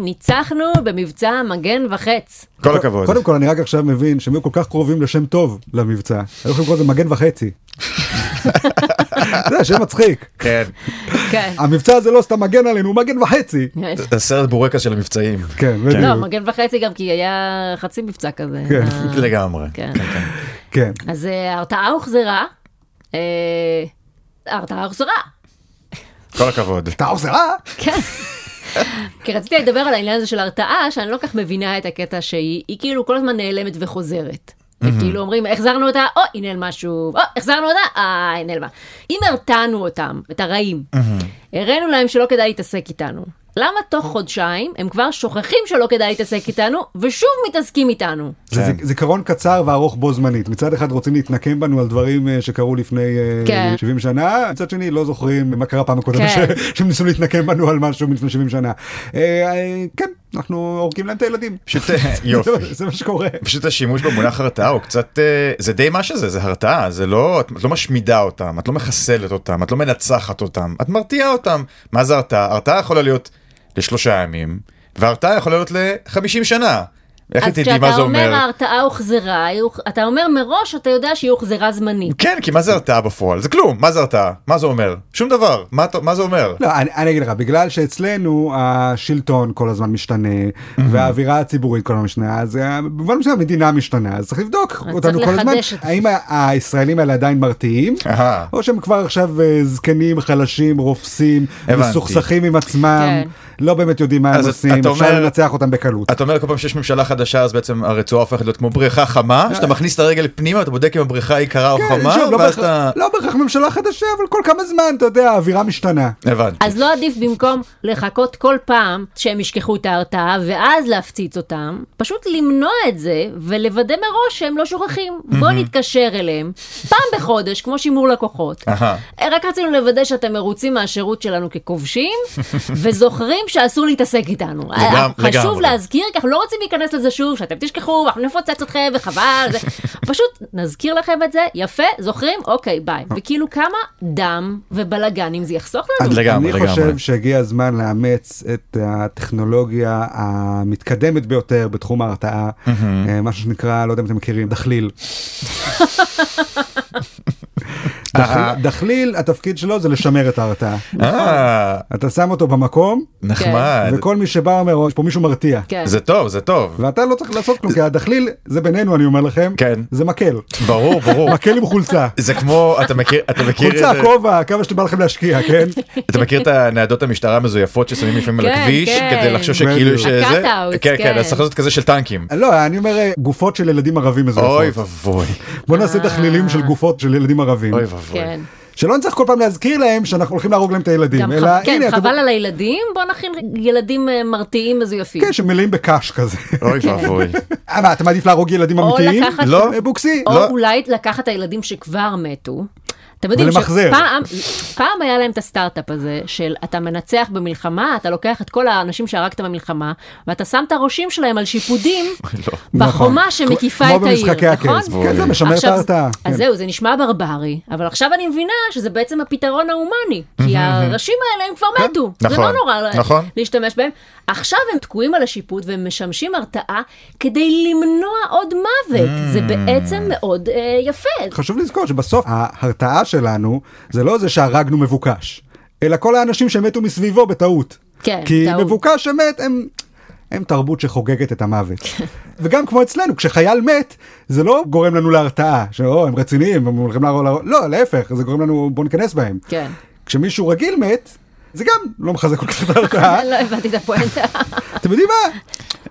[SPEAKER 2] ניצחנו במבצע מגן וחץ.
[SPEAKER 3] כל הכבוד.
[SPEAKER 1] קודם כל, אני רק עכשיו מבין שהם היו כל כך קרובים לשם טוב למבצע. היו יכולים לקרוא לזה מגן וחצי. זה שם מצחיק.
[SPEAKER 3] כן.
[SPEAKER 2] כן.
[SPEAKER 1] המבצע הזה לא סתם מגן עלינו, הוא מגן וחצי.
[SPEAKER 3] סרט בורקס של המבצעים.
[SPEAKER 1] כן, בדיוק.
[SPEAKER 2] לא, מגן וחצי גם כי היה חצי מבצע כזה.
[SPEAKER 1] כן.
[SPEAKER 2] אה,
[SPEAKER 3] לגמרי.
[SPEAKER 2] כן.
[SPEAKER 1] כן.
[SPEAKER 2] אז אה, ההרתעה הוחזרה. אה, ההרתעה הוחזרה.
[SPEAKER 3] כל הכבוד.
[SPEAKER 1] אתה עושה אה? רע?
[SPEAKER 2] כן. כי רציתי לדבר על העניין הזה של הרתעה, שאני לא כך מבינה את הקטע שהיא היא כאילו כל הזמן נעלמת וחוזרת. כאילו אומרים, החזרנו אותה, או, היא נעלמה שוב, או, החזרנו אותה, אה, היא נעלמה. אם הרתענו אותם, את הרעים, הראינו להם שלא כדאי להתעסק איתנו. למה תוך חודשיים הם כבר שוכחים שלא כדאי להתעסק איתנו, ושוב מתעסקים איתנו?
[SPEAKER 1] זה
[SPEAKER 3] כן.
[SPEAKER 1] זיק- זיכרון קצר וארוך בו זמנית. מצד אחד רוצים להתנקם בנו על דברים אה, שקרו לפני אה,
[SPEAKER 2] כן.
[SPEAKER 1] 70 שנה, מצד שני לא זוכרים מה קרה פעם הקודמת
[SPEAKER 2] כן.
[SPEAKER 1] ש- שהם ניסו להתנקם בנו על משהו מלפני 70 שנה. אה, אה, כן, אנחנו הורגים להם את הילדים.
[SPEAKER 3] פשוט יופי.
[SPEAKER 1] זה מה- זה מה שקורה.
[SPEAKER 3] פשוט השימוש במונח הרתעה הוא קצת, אה, זה די מה שזה, זה הרתעה, זה לא, את את לא משמידה אותם, את לא מחסלת אותם, את לא מנצחת אותם, את מרתיעה אותם. מה זה הרתעה? הרתעה יכולה להיות לשלושה ימים, והרתעה יכולה להיות לחמישים שנה. איך
[SPEAKER 2] אז
[SPEAKER 3] תדעי מה
[SPEAKER 2] כשאתה
[SPEAKER 3] זה
[SPEAKER 2] אומר
[SPEAKER 3] אומר?
[SPEAKER 2] ההרתעה הוחזרה, היא הוח- אתה אומר מראש, אתה יודע שהיא הוחזרה זמנית.
[SPEAKER 3] כן, כי מה זה הרתעה בפועל? זה כלום, מה זה הרתעה? מה זה אומר? שום דבר, מה אתה- מה זה אומר?
[SPEAKER 1] לא, אני, אני אגיד לך, בגלל שאצלנו השלטון כל הזמן משתנה, והאווירה הציבורית כל הזמן משתנה, אז אה, במובן מסוים המדינה משתנה, אז צריך לבדוק
[SPEAKER 2] אז
[SPEAKER 1] אותנו
[SPEAKER 2] צריך
[SPEAKER 1] כל הזמן,
[SPEAKER 2] לחדש את זה.
[SPEAKER 1] האם ה- הישראלים האלה עדיין מרתיעים,
[SPEAKER 3] אהה.
[SPEAKER 1] או שהם כבר עכשיו אה, זקנים, חלשים, רופסים,
[SPEAKER 3] הבנתי.
[SPEAKER 1] מסוכסכים עם עצמם,
[SPEAKER 2] כן.
[SPEAKER 1] לא באמת יודעים מה הם
[SPEAKER 3] אז
[SPEAKER 1] עושים,
[SPEAKER 3] אתה
[SPEAKER 1] אפשר
[SPEAKER 3] אומר-
[SPEAKER 1] לנצח אותם בקלות.
[SPEAKER 3] אתה אומר כל פעם שיש ממשלה חדשה אז בעצם הרצועה הופכת להיות כמו בריכה חמה שאתה מכניס את הרגל פנימה אתה בודק אם הבריכה היא קרה או
[SPEAKER 1] אה. כן,
[SPEAKER 3] חמה
[SPEAKER 1] שוב, לא
[SPEAKER 3] ואז
[SPEAKER 1] בהכרח-
[SPEAKER 3] אתה...
[SPEAKER 1] לא בהכרח ממשלה חדשה, אבל כל כמה זמן, אתה יודע, האווירה משתנה.
[SPEAKER 3] הבנתי.
[SPEAKER 2] אז לא עדיף במקום לחכות כל פעם שהם ישכחו את ההרתעה ואז להפציץ אותם, פשוט למנוע את זה ולוודא מראש שהם לא שוכחים. בוא נתקשר אליהם פעם בחודש, כמו שימור לקוחות.
[SPEAKER 3] אהה.
[SPEAKER 2] אה, רק רצינו לוודא שאתם מרוצים מהשירות שלנו ככובשים, וזוכרים שאסור להתעסק איתנו. אה,
[SPEAKER 3] לגמ-
[SPEAKER 2] חשוב
[SPEAKER 3] לגמרי.
[SPEAKER 2] להזכיר, כי אנחנו לא רוצים להיכנס לזה שוב, שאתם תשכחו, אנחנו נפוצץ אתכם וחבל. זה- פשוט נזכיר לכם את זה, יפה, זוכרים? אוקיי, ביי. וכאילו כמה דם ובלאגנים זה יחסוך לנו.
[SPEAKER 3] לגמרי,
[SPEAKER 1] אני חושב
[SPEAKER 3] לגמרי.
[SPEAKER 1] שהגיע הזמן לאמץ את הטכנולוגיה המתקדמת ביותר בתחום ההרתעה, אה, משהו שנקרא, לא יודע אם אתם מכירים, דחליל. דחליל- דחליל, התפקיד שלו זה לשמר את ההרתעה.
[SPEAKER 3] אה,
[SPEAKER 1] אתה שם אותו במקום,
[SPEAKER 3] נחמד.
[SPEAKER 1] וכל מי שבא אומר, "או, יש פה מישהו מרתיע.
[SPEAKER 2] כן.
[SPEAKER 3] זה טוב, זה טוב.
[SPEAKER 1] ואתה לא צריך לעשות כלום, כי הדחליל, זה בינינו, אני אומר לכם,
[SPEAKER 3] כן.
[SPEAKER 1] זה מקל.
[SPEAKER 3] ברור, ברור.
[SPEAKER 1] מקל עם חולצה.
[SPEAKER 3] זה כמו, אתה מכיר, אתה מכיר,
[SPEAKER 1] חולצה,
[SPEAKER 3] את-
[SPEAKER 1] כובע, כמה שבא לכם להשקיע, כן?
[SPEAKER 3] אתה מכיר את הניידות המשטרה המזויפות ששמים לפעמים על
[SPEAKER 2] כן,
[SPEAKER 3] הכביש,
[SPEAKER 2] כן.
[SPEAKER 3] כדי לחשוב שכאילו
[SPEAKER 1] בדיוק.
[SPEAKER 3] שזה,
[SPEAKER 2] ה-cutouts,
[SPEAKER 3] כן, כן,
[SPEAKER 2] כן.
[SPEAKER 3] אז צריך לעשות כזה של טנקים.
[SPEAKER 1] לא, אני אומר, אה, גופות של ילדים ערבים נכון. מזויפות.
[SPEAKER 3] אוי ואבוי,
[SPEAKER 1] בוא נעשה תחלילים של גופות של ילדים ערבים.
[SPEAKER 3] אה. אוי ואבוי.
[SPEAKER 2] כן.
[SPEAKER 1] שלא נצטרך כל פעם להזכיר להם שאנחנו הולכים להרוג להם את
[SPEAKER 2] גם
[SPEAKER 1] הילדים, אלא
[SPEAKER 2] חב... כן,
[SPEAKER 1] הנה, אתם-
[SPEAKER 2] חבל על הילדים, בוא נכין ילדים אה, מרתיעים מזויפים.
[SPEAKER 1] כן, שמלאים בקש כזה.
[SPEAKER 3] אוי ואבוי.
[SPEAKER 1] אה, מה, אתה מעדיף להרוג ילדים
[SPEAKER 2] או
[SPEAKER 1] אמיתיים?
[SPEAKER 2] לקחת-
[SPEAKER 3] לא.
[SPEAKER 1] אה, בוקסי?
[SPEAKER 2] או
[SPEAKER 3] לא.
[SPEAKER 2] אולי לקחת את הילדים שכבר מתו. אתם יודעים
[SPEAKER 1] ולמחזר.
[SPEAKER 2] שפעם פעם היה להם את הסטארט-אפ הזה של אתה מנצח במלחמה, אתה לוקח את כל האנשים שהרגת במלחמה, ואתה שם את הראשים שלהם על שיפודים
[SPEAKER 3] לא.
[SPEAKER 2] בחומה
[SPEAKER 1] נכון.
[SPEAKER 2] שמקיפה
[SPEAKER 1] כמו
[SPEAKER 2] את העיר,
[SPEAKER 1] במשחקי
[SPEAKER 2] נכון?
[SPEAKER 1] הכס. כן, זה משמר את
[SPEAKER 2] עכשיו,
[SPEAKER 1] ההרתעה. כן.
[SPEAKER 2] אז זהו, זה נשמע ברברי, אבל עכשיו אני מבינה שזה בעצם הפתרון ההומני, כי הראשים האלה הם כבר
[SPEAKER 1] כן.
[SPEAKER 2] מתו. זה לא
[SPEAKER 3] נכון,
[SPEAKER 2] נורא לה-
[SPEAKER 3] נכון.
[SPEAKER 2] להשתמש בהם. עכשיו הם תקועים על השיפוט והם משמשים הרתעה כדי
[SPEAKER 1] Mm.
[SPEAKER 2] למנוע עוד מוות. זה בעצם מאוד אה, יפה.
[SPEAKER 1] חשוב לזכור שבסוף ההרתעה של שלנו, זה לא זה שהרגנו מבוקש, אלא כל האנשים שמתו מסביבו בטעות.
[SPEAKER 2] כן,
[SPEAKER 1] כי
[SPEAKER 2] טעות.
[SPEAKER 1] מבוקש אמת הם... הם תרבות שחוגגת את המוות. וגם כמו אצלנו, כשחייל מת, זה לא גורם לנו להרתעה, שאו, הם רציניים, הם הולכים להרוג... להרוג-" לא, להפך, זה גורם לנו, בוא ניכנס בהם.
[SPEAKER 2] כן.
[SPEAKER 1] כשמישהו רגיל מת, זה גם לא מחזק כל כך את ההרתעה.
[SPEAKER 2] לא הבנתי את הפואנטה.
[SPEAKER 1] אתם יודעים מה?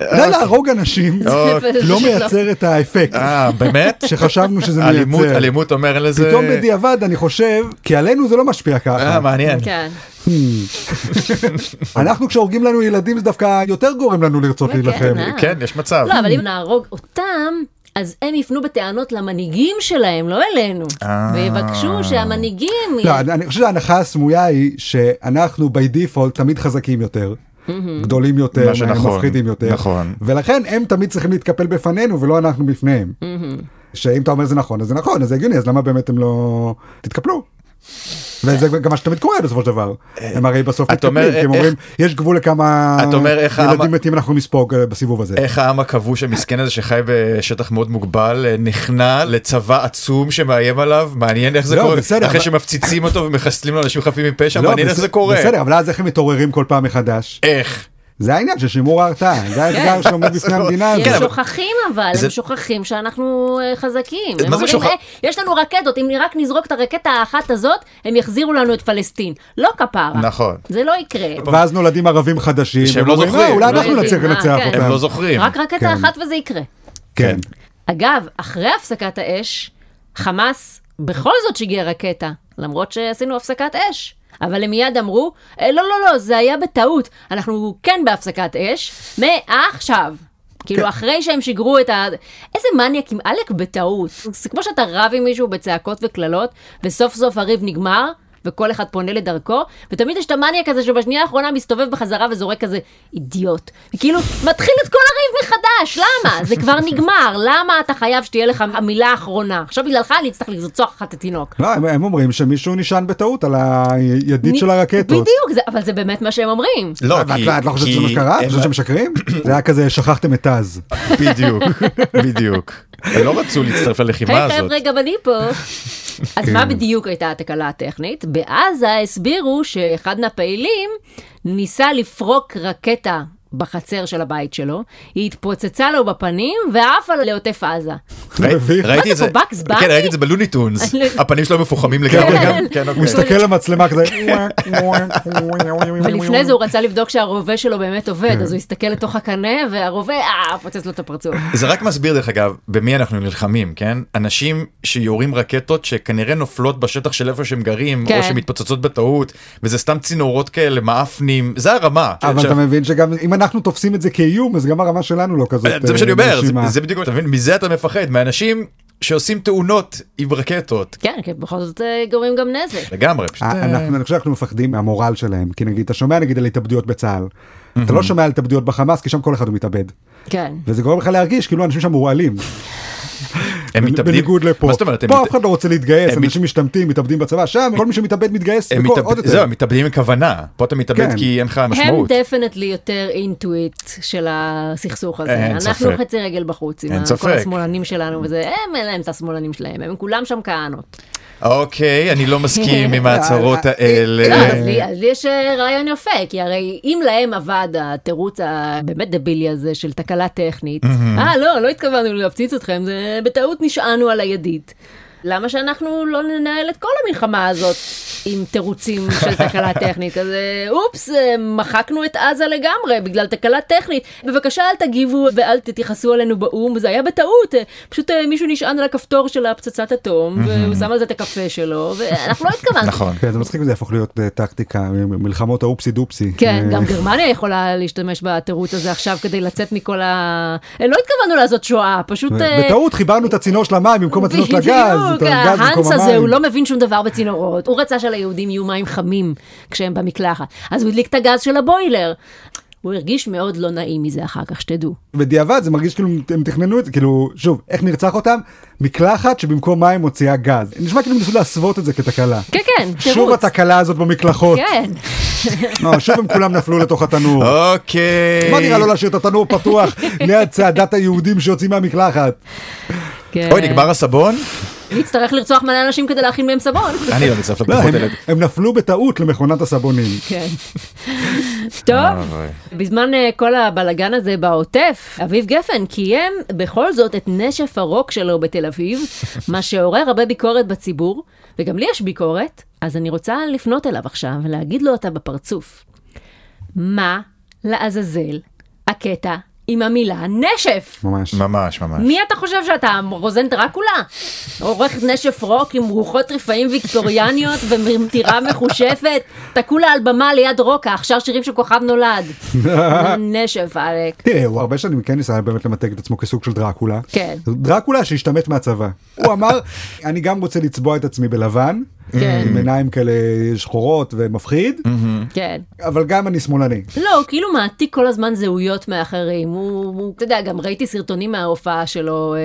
[SPEAKER 3] אה, אוקיי.
[SPEAKER 1] לא להרוג אנשים לא מייצר את האפקט
[SPEAKER 3] אה, באמת?
[SPEAKER 1] שחשבנו שזה
[SPEAKER 3] אלימות,
[SPEAKER 1] מייצר.
[SPEAKER 3] אלימות אומר לזה...
[SPEAKER 1] פתאום בדיעבד אני חושב, כי עלינו זה לא משפיע
[SPEAKER 3] אה,
[SPEAKER 1] ככה.
[SPEAKER 3] מעניין.
[SPEAKER 2] כן.
[SPEAKER 1] אנחנו כשהורגים לנו ילדים זה דווקא יותר גורם לנו לרצות
[SPEAKER 2] כן,
[SPEAKER 1] להילחם.
[SPEAKER 2] אה.
[SPEAKER 3] כן, יש מצב.
[SPEAKER 2] לא, אבל אם נהרוג אותם, אז הם יפנו בטענות למנהיגים שלהם, לא אלינו.
[SPEAKER 3] אה.
[SPEAKER 2] ויבקשו שהמנהיגים...
[SPEAKER 1] לא, אני אני חושב שההנחה הסמויה היא שאנחנו by default תמיד חזקים יותר. גדולים יותר,
[SPEAKER 3] מה שנכון,
[SPEAKER 1] מפחידים יותר,
[SPEAKER 3] נכון.
[SPEAKER 1] ולכן הם תמיד צריכים להתקפל בפנינו ולא אנחנו בפניהם. שאם אתה אומר זה נכון, אז זה נכון, אז זה הגיוני, אז למה באמת הם לא... תתקפלו. וזה גם מה שתמיד קורה בסופו של דבר. הם הרי בסוף
[SPEAKER 3] את אומרת,
[SPEAKER 1] מתקפלים, כי הם
[SPEAKER 3] איך-
[SPEAKER 1] אומרים, יש גבול לכמה
[SPEAKER 3] את אומר, איך העם-
[SPEAKER 1] ילדים מתים אנחנו נספוג אה, בסיבוב הזה.
[SPEAKER 3] איך העם הכבוש המסכן הזה שחי בשטח מאוד מוגבל אה, נכנע לצבא עצום שמאיים עליו מעניין איך זה
[SPEAKER 1] לא,
[SPEAKER 3] קורה
[SPEAKER 1] בסדר,
[SPEAKER 3] אחרי
[SPEAKER 1] אבל-
[SPEAKER 3] שמפציצים אותו ומחסלים לו אנשים חפים מפשע
[SPEAKER 1] לא,
[SPEAKER 3] מעניין איך
[SPEAKER 1] בס-
[SPEAKER 3] זה קורה
[SPEAKER 1] בסדר, אבל אז איך הם מתעוררים כל פעם מחדש?
[SPEAKER 3] איך
[SPEAKER 1] זה העניין של שימור ההרתעה,
[SPEAKER 2] כן.
[SPEAKER 1] זה האתגר שעומד בפני
[SPEAKER 3] לא-
[SPEAKER 1] המדינה
[SPEAKER 2] כי
[SPEAKER 1] הזאת.
[SPEAKER 3] כן,
[SPEAKER 2] הם
[SPEAKER 3] אבל-
[SPEAKER 2] שוכחים אבל,
[SPEAKER 3] זה-
[SPEAKER 2] הם שוכחים שאנחנו אה, חזקים. הם
[SPEAKER 3] זה
[SPEAKER 2] אומרים,
[SPEAKER 3] שוכח-
[SPEAKER 2] "אה, יש לנו רקטות, אם רק נזרוק את הרקטה האחת הזאת, הם יחזירו לנו את פלסטין. לא כפרה.
[SPEAKER 3] נכון
[SPEAKER 2] זה לא יקרה.
[SPEAKER 1] ואז נולדים ערבים חדשים,
[SPEAKER 3] שהם
[SPEAKER 1] הם
[SPEAKER 3] לא
[SPEAKER 1] אומרים,
[SPEAKER 3] זוכרים.
[SPEAKER 1] "אה, אולי
[SPEAKER 3] לא
[SPEAKER 1] אנחנו
[SPEAKER 3] יודעים,
[SPEAKER 1] נצליח
[SPEAKER 2] אה,
[SPEAKER 1] לנצח
[SPEAKER 2] כן.
[SPEAKER 1] אותם.
[SPEAKER 3] הם לא זוכרים
[SPEAKER 2] רק רקטה
[SPEAKER 1] כן.
[SPEAKER 2] אחת וזה יקרה.
[SPEAKER 1] כן.
[SPEAKER 2] אגב, אחרי הפסקת האש, חמאס בכל זאת שיגר רקטה, למרות שעשינו הפסקת אש. אבל הם מיד אמרו, "אה, לא, לא, לא, זה היה בטעות, אנחנו כן בהפסקת אש, מעכשיו. כאילו, אחרי שהם שיגרו את ה... איזה מניאקים, עלק בטעות. זה כמו שאתה רב עם מישהו בצעקות וקללות, וסוף סוף הריב נגמר, וכל אחד פונה לדרכו, ותמיד יש את המניאק הזה שבשנייה האחרונה מסתובב בחזרה וזורק כזה, אידיוט. וכאילו, מתחיל את כל הריב מחדש, למה? זה כבר נגמר, למה אתה חייב שתהיה לך המילה האחרונה? עכשיו בגללך אני אצטרך לרצוח לך את התינוק.
[SPEAKER 1] לא, הם הם אומרים שמישהו נשען בטעות על הידית של הרקטות.
[SPEAKER 2] בדיוק, זה, אבל זה באמת מה שהם אומרים.
[SPEAKER 3] לא
[SPEAKER 1] ואת
[SPEAKER 3] כי-
[SPEAKER 1] לא- את לא חושבת
[SPEAKER 3] כי
[SPEAKER 1] שזה מה שקרה? את
[SPEAKER 3] הם-
[SPEAKER 1] חושבת שהם משקרים? זה היה כזה, שכחתם את תז.
[SPEAKER 3] בדיוק בדיוק הם לא רצו להצטרף ללחימה
[SPEAKER 2] היי
[SPEAKER 3] הזאת
[SPEAKER 2] חבר'ה, גם אני פה. אז מה בדיוק הייתה התקלה הטכנית? בעזה הסבירו שאחד מהפעילים ניסה לפרוק רקטה. בחצר של הבית שלו, היא התפוצצה לו בפנים ועפה לעוטף עזה.
[SPEAKER 3] ראי-
[SPEAKER 1] מביך.
[SPEAKER 3] ראיתי
[SPEAKER 2] מה
[SPEAKER 3] את
[SPEAKER 2] זה
[SPEAKER 3] זה
[SPEAKER 2] פה, בקס
[SPEAKER 3] כן
[SPEAKER 2] באני?
[SPEAKER 3] ראיתי את זה בלוניטונס
[SPEAKER 2] אני לא-
[SPEAKER 3] הפנים שלו מפוחמים לגמרי
[SPEAKER 2] כן.
[SPEAKER 3] גם כן
[SPEAKER 1] הוא
[SPEAKER 3] אוקיי.
[SPEAKER 1] מסתכל למצלמה כזה,
[SPEAKER 2] ולפני זה הוא רצה לבדוק שהרובה שלו באמת עובד, אז הוא הסתכל לתוך הקנה והרובה, אה, פוצץ לו את הפרצוף.
[SPEAKER 3] זה רק מסביר דרך אגב במי אנחנו נלחמים כן אנשים שיורים רקטות שכנראה נופלות בשטח של איפה שהם גרים
[SPEAKER 2] כן.
[SPEAKER 3] או שמתפוצצות בטעות וזה סתם צינורות כאלה מאפנים זה הרמה.
[SPEAKER 1] אבל
[SPEAKER 3] ש-
[SPEAKER 1] אתה מבין שגם אם אנחנו תופסים את זה כאיום, אז גם הרמה שלנו לא כזאת
[SPEAKER 3] זה מה שאני
[SPEAKER 1] אה,
[SPEAKER 3] אומר זה-
[SPEAKER 1] מרשימה.
[SPEAKER 3] זה בדיוק אתה מבין מזה אתה מפחד מאנשים שעושים תאונות עם רקטות
[SPEAKER 2] כן, כי בכל זאת אה, גורמים גם נזק.
[SPEAKER 3] לגמרי. פשוט,
[SPEAKER 1] אה,
[SPEAKER 3] אה,
[SPEAKER 1] אנחנו- אני חושב שאנחנו מפחדים מהמורל שלהם, כי נגיד, אתה שומע נגיד על התאבדויות בצה"ל. אתה לא שומע על התאבדויות בחמאס, כי שם כל אחד הוא מתאבד.
[SPEAKER 2] כן.
[SPEAKER 1] וזה גורם לך להרגיש כאילו אנשים שם מורעלים.
[SPEAKER 3] הם
[SPEAKER 1] בנ-
[SPEAKER 3] מתאבדים.
[SPEAKER 1] בניגוד לפה.
[SPEAKER 3] מה זאת אומרת? הם
[SPEAKER 1] פה
[SPEAKER 3] מת-
[SPEAKER 1] אף אחד לא רוצה להתגייס,
[SPEAKER 3] הם
[SPEAKER 1] אנשים משתמטים, מתאבדים בצבא, שם כל מי שמתאבד מתגייס,
[SPEAKER 3] הם
[SPEAKER 1] וכל-
[SPEAKER 3] מתאבד-
[SPEAKER 1] עוד יותר.
[SPEAKER 3] זהו, הם מתאבדים עם כוונה פה אתה
[SPEAKER 1] כן.
[SPEAKER 3] מתאבד כי אין לך
[SPEAKER 2] הם
[SPEAKER 3] משמעות.
[SPEAKER 2] דפנטלי יותר אינטואיט של הסכסוך הזה.
[SPEAKER 3] אין
[SPEAKER 2] אנחנו
[SPEAKER 3] ספק.
[SPEAKER 2] חצי רגל בחוץ עם
[SPEAKER 3] אין
[SPEAKER 2] ה- כל
[SPEAKER 3] ספק.
[SPEAKER 2] השמאלנים שלנו וזה, הם אין להם את השמאלנים שלהם, הם כולם שם כהנות.
[SPEAKER 3] אוקיי אני לא מסכים עם ההצהרות
[SPEAKER 1] אה, אה,
[SPEAKER 2] לא,
[SPEAKER 3] האלה.
[SPEAKER 2] אז לי- אז לי יש אה, רעיון יפה, כי הרי אם להם עבד התירוץ הבאמת דבילי הזה של תקלה טכנית, אה, לא, לא התכוונו להפציץ אתכם, זה בטעות נשענו על הידית. למה שאנחנו לא ננהל את כל המלחמה הזאת עם תירוצים של תקלה טכנית? אז אה, אופס, אה, מחקנו את עזה לגמרי בגלל תקלה טכנית. בבקשה אל תגיבו ואל תתייחסו אלינו באו"ם, זה היה בטעות. אה, פשוט אה, מישהו נשען על הכפתור של הפצצת אטום, והוא שם על זה את הקפה שלו, ואנחנו לא התכוונו.
[SPEAKER 3] נכון.
[SPEAKER 1] כן, זה מצחיק אם זה יהפוך להיות אה, טקטיקה, מ- מלחמות האופסי דופסי.
[SPEAKER 2] כן,
[SPEAKER 1] אה,
[SPEAKER 2] גם גרמניה יכולה להשתמש בתירוץ הזה עכשיו כדי לצאת מכל ה... אה, לא התכוונו לעשות שואה, פשוט... אה,
[SPEAKER 1] בטעות חיברנו את הצינור של המים במקום הצינור של הגז, את
[SPEAKER 2] בדיוק,
[SPEAKER 1] הגז במקום
[SPEAKER 2] ההאנס
[SPEAKER 1] המים.
[SPEAKER 2] הזה, הוא לא מבין שום דבר בצינורות. הוא רצה שליהודים יהיו מים חמים כשהם במקלחת. אז הוא הדליק את הגז של הבוילר. הוא הרגיש מאוד לא נעים מזה אחר כך, שתדעו.
[SPEAKER 1] בדיעבד זה מרגיש כאילו הם תכננו את זה, כאילו, שוב, איך נרצח אותם? מקלחת שבמקום מים מוציאה גז. נשמע כאילו ניסו להסוות את זה כתקלה.
[SPEAKER 2] כן, כן,
[SPEAKER 1] שוב
[SPEAKER 2] תירוץ.
[SPEAKER 1] התקלה הזאת במקלחות.
[SPEAKER 2] כן,
[SPEAKER 1] לא, שוב הם כולם נפלו לתוך התנור.
[SPEAKER 3] אוקיי.
[SPEAKER 1] מה נראה לו להשאיר את התנור פתוח ליד צעדת היהודים שיוצאים מהמקלחת?
[SPEAKER 2] כן.
[SPEAKER 3] אוי, נגמר הסבון?
[SPEAKER 2] נצטרך לרצוח מלא אנשים כדי להכין מהם סבון.
[SPEAKER 3] אני לא מצטרף
[SPEAKER 1] לא,
[SPEAKER 3] לבדיחות
[SPEAKER 1] הם,
[SPEAKER 3] האלה.
[SPEAKER 1] הם נפלו בטעות למכונת הסבונים.
[SPEAKER 2] כן. טוב,
[SPEAKER 3] אוי.
[SPEAKER 2] בזמן אה, כל הבלגן הזה בעוטף, אביב גפן קיים בכל זאת את נשף הרוק שלו בתל אביב, מה שעורר הרבה ביקורת בציבור, וגם לי יש ביקורת, אז אני רוצה לפנות אליו עכשיו ולהגיד לו אותה בפרצוף. מה לעזאזל הקטע עם המילה נשף?
[SPEAKER 1] ממש.
[SPEAKER 3] ממש, ממש.
[SPEAKER 2] מי אתה חושב שאתה, רוזן דרקולה? עורך נשף רוק עם רוחות רפאים ויקטוריאניות ומטירה מחושפת? אתה כולה על במה ליד רוקה, שר שירים של כוכב נולד. נשף, עלק.
[SPEAKER 1] תראה, הוא הרבה שנים כן ניסה באמת למתג את עצמו כסוג של דרקולה.
[SPEAKER 2] כן.
[SPEAKER 1] דרקולה שהשתמט מהצבא. הוא אמר, אני גם רוצה לצבוע את עצמי בלבן,
[SPEAKER 2] כן.
[SPEAKER 1] עם עיניים כאלה שחורות ומפחיד,
[SPEAKER 2] כן.
[SPEAKER 1] אבל גם אני שמאלני.
[SPEAKER 2] לא, הוא כאילו מעתיק כל הזמן זהויות מאחרים. הוא, הוא- אתה יודע, גם ראיתי סרטונים מההופעה שלו, אה,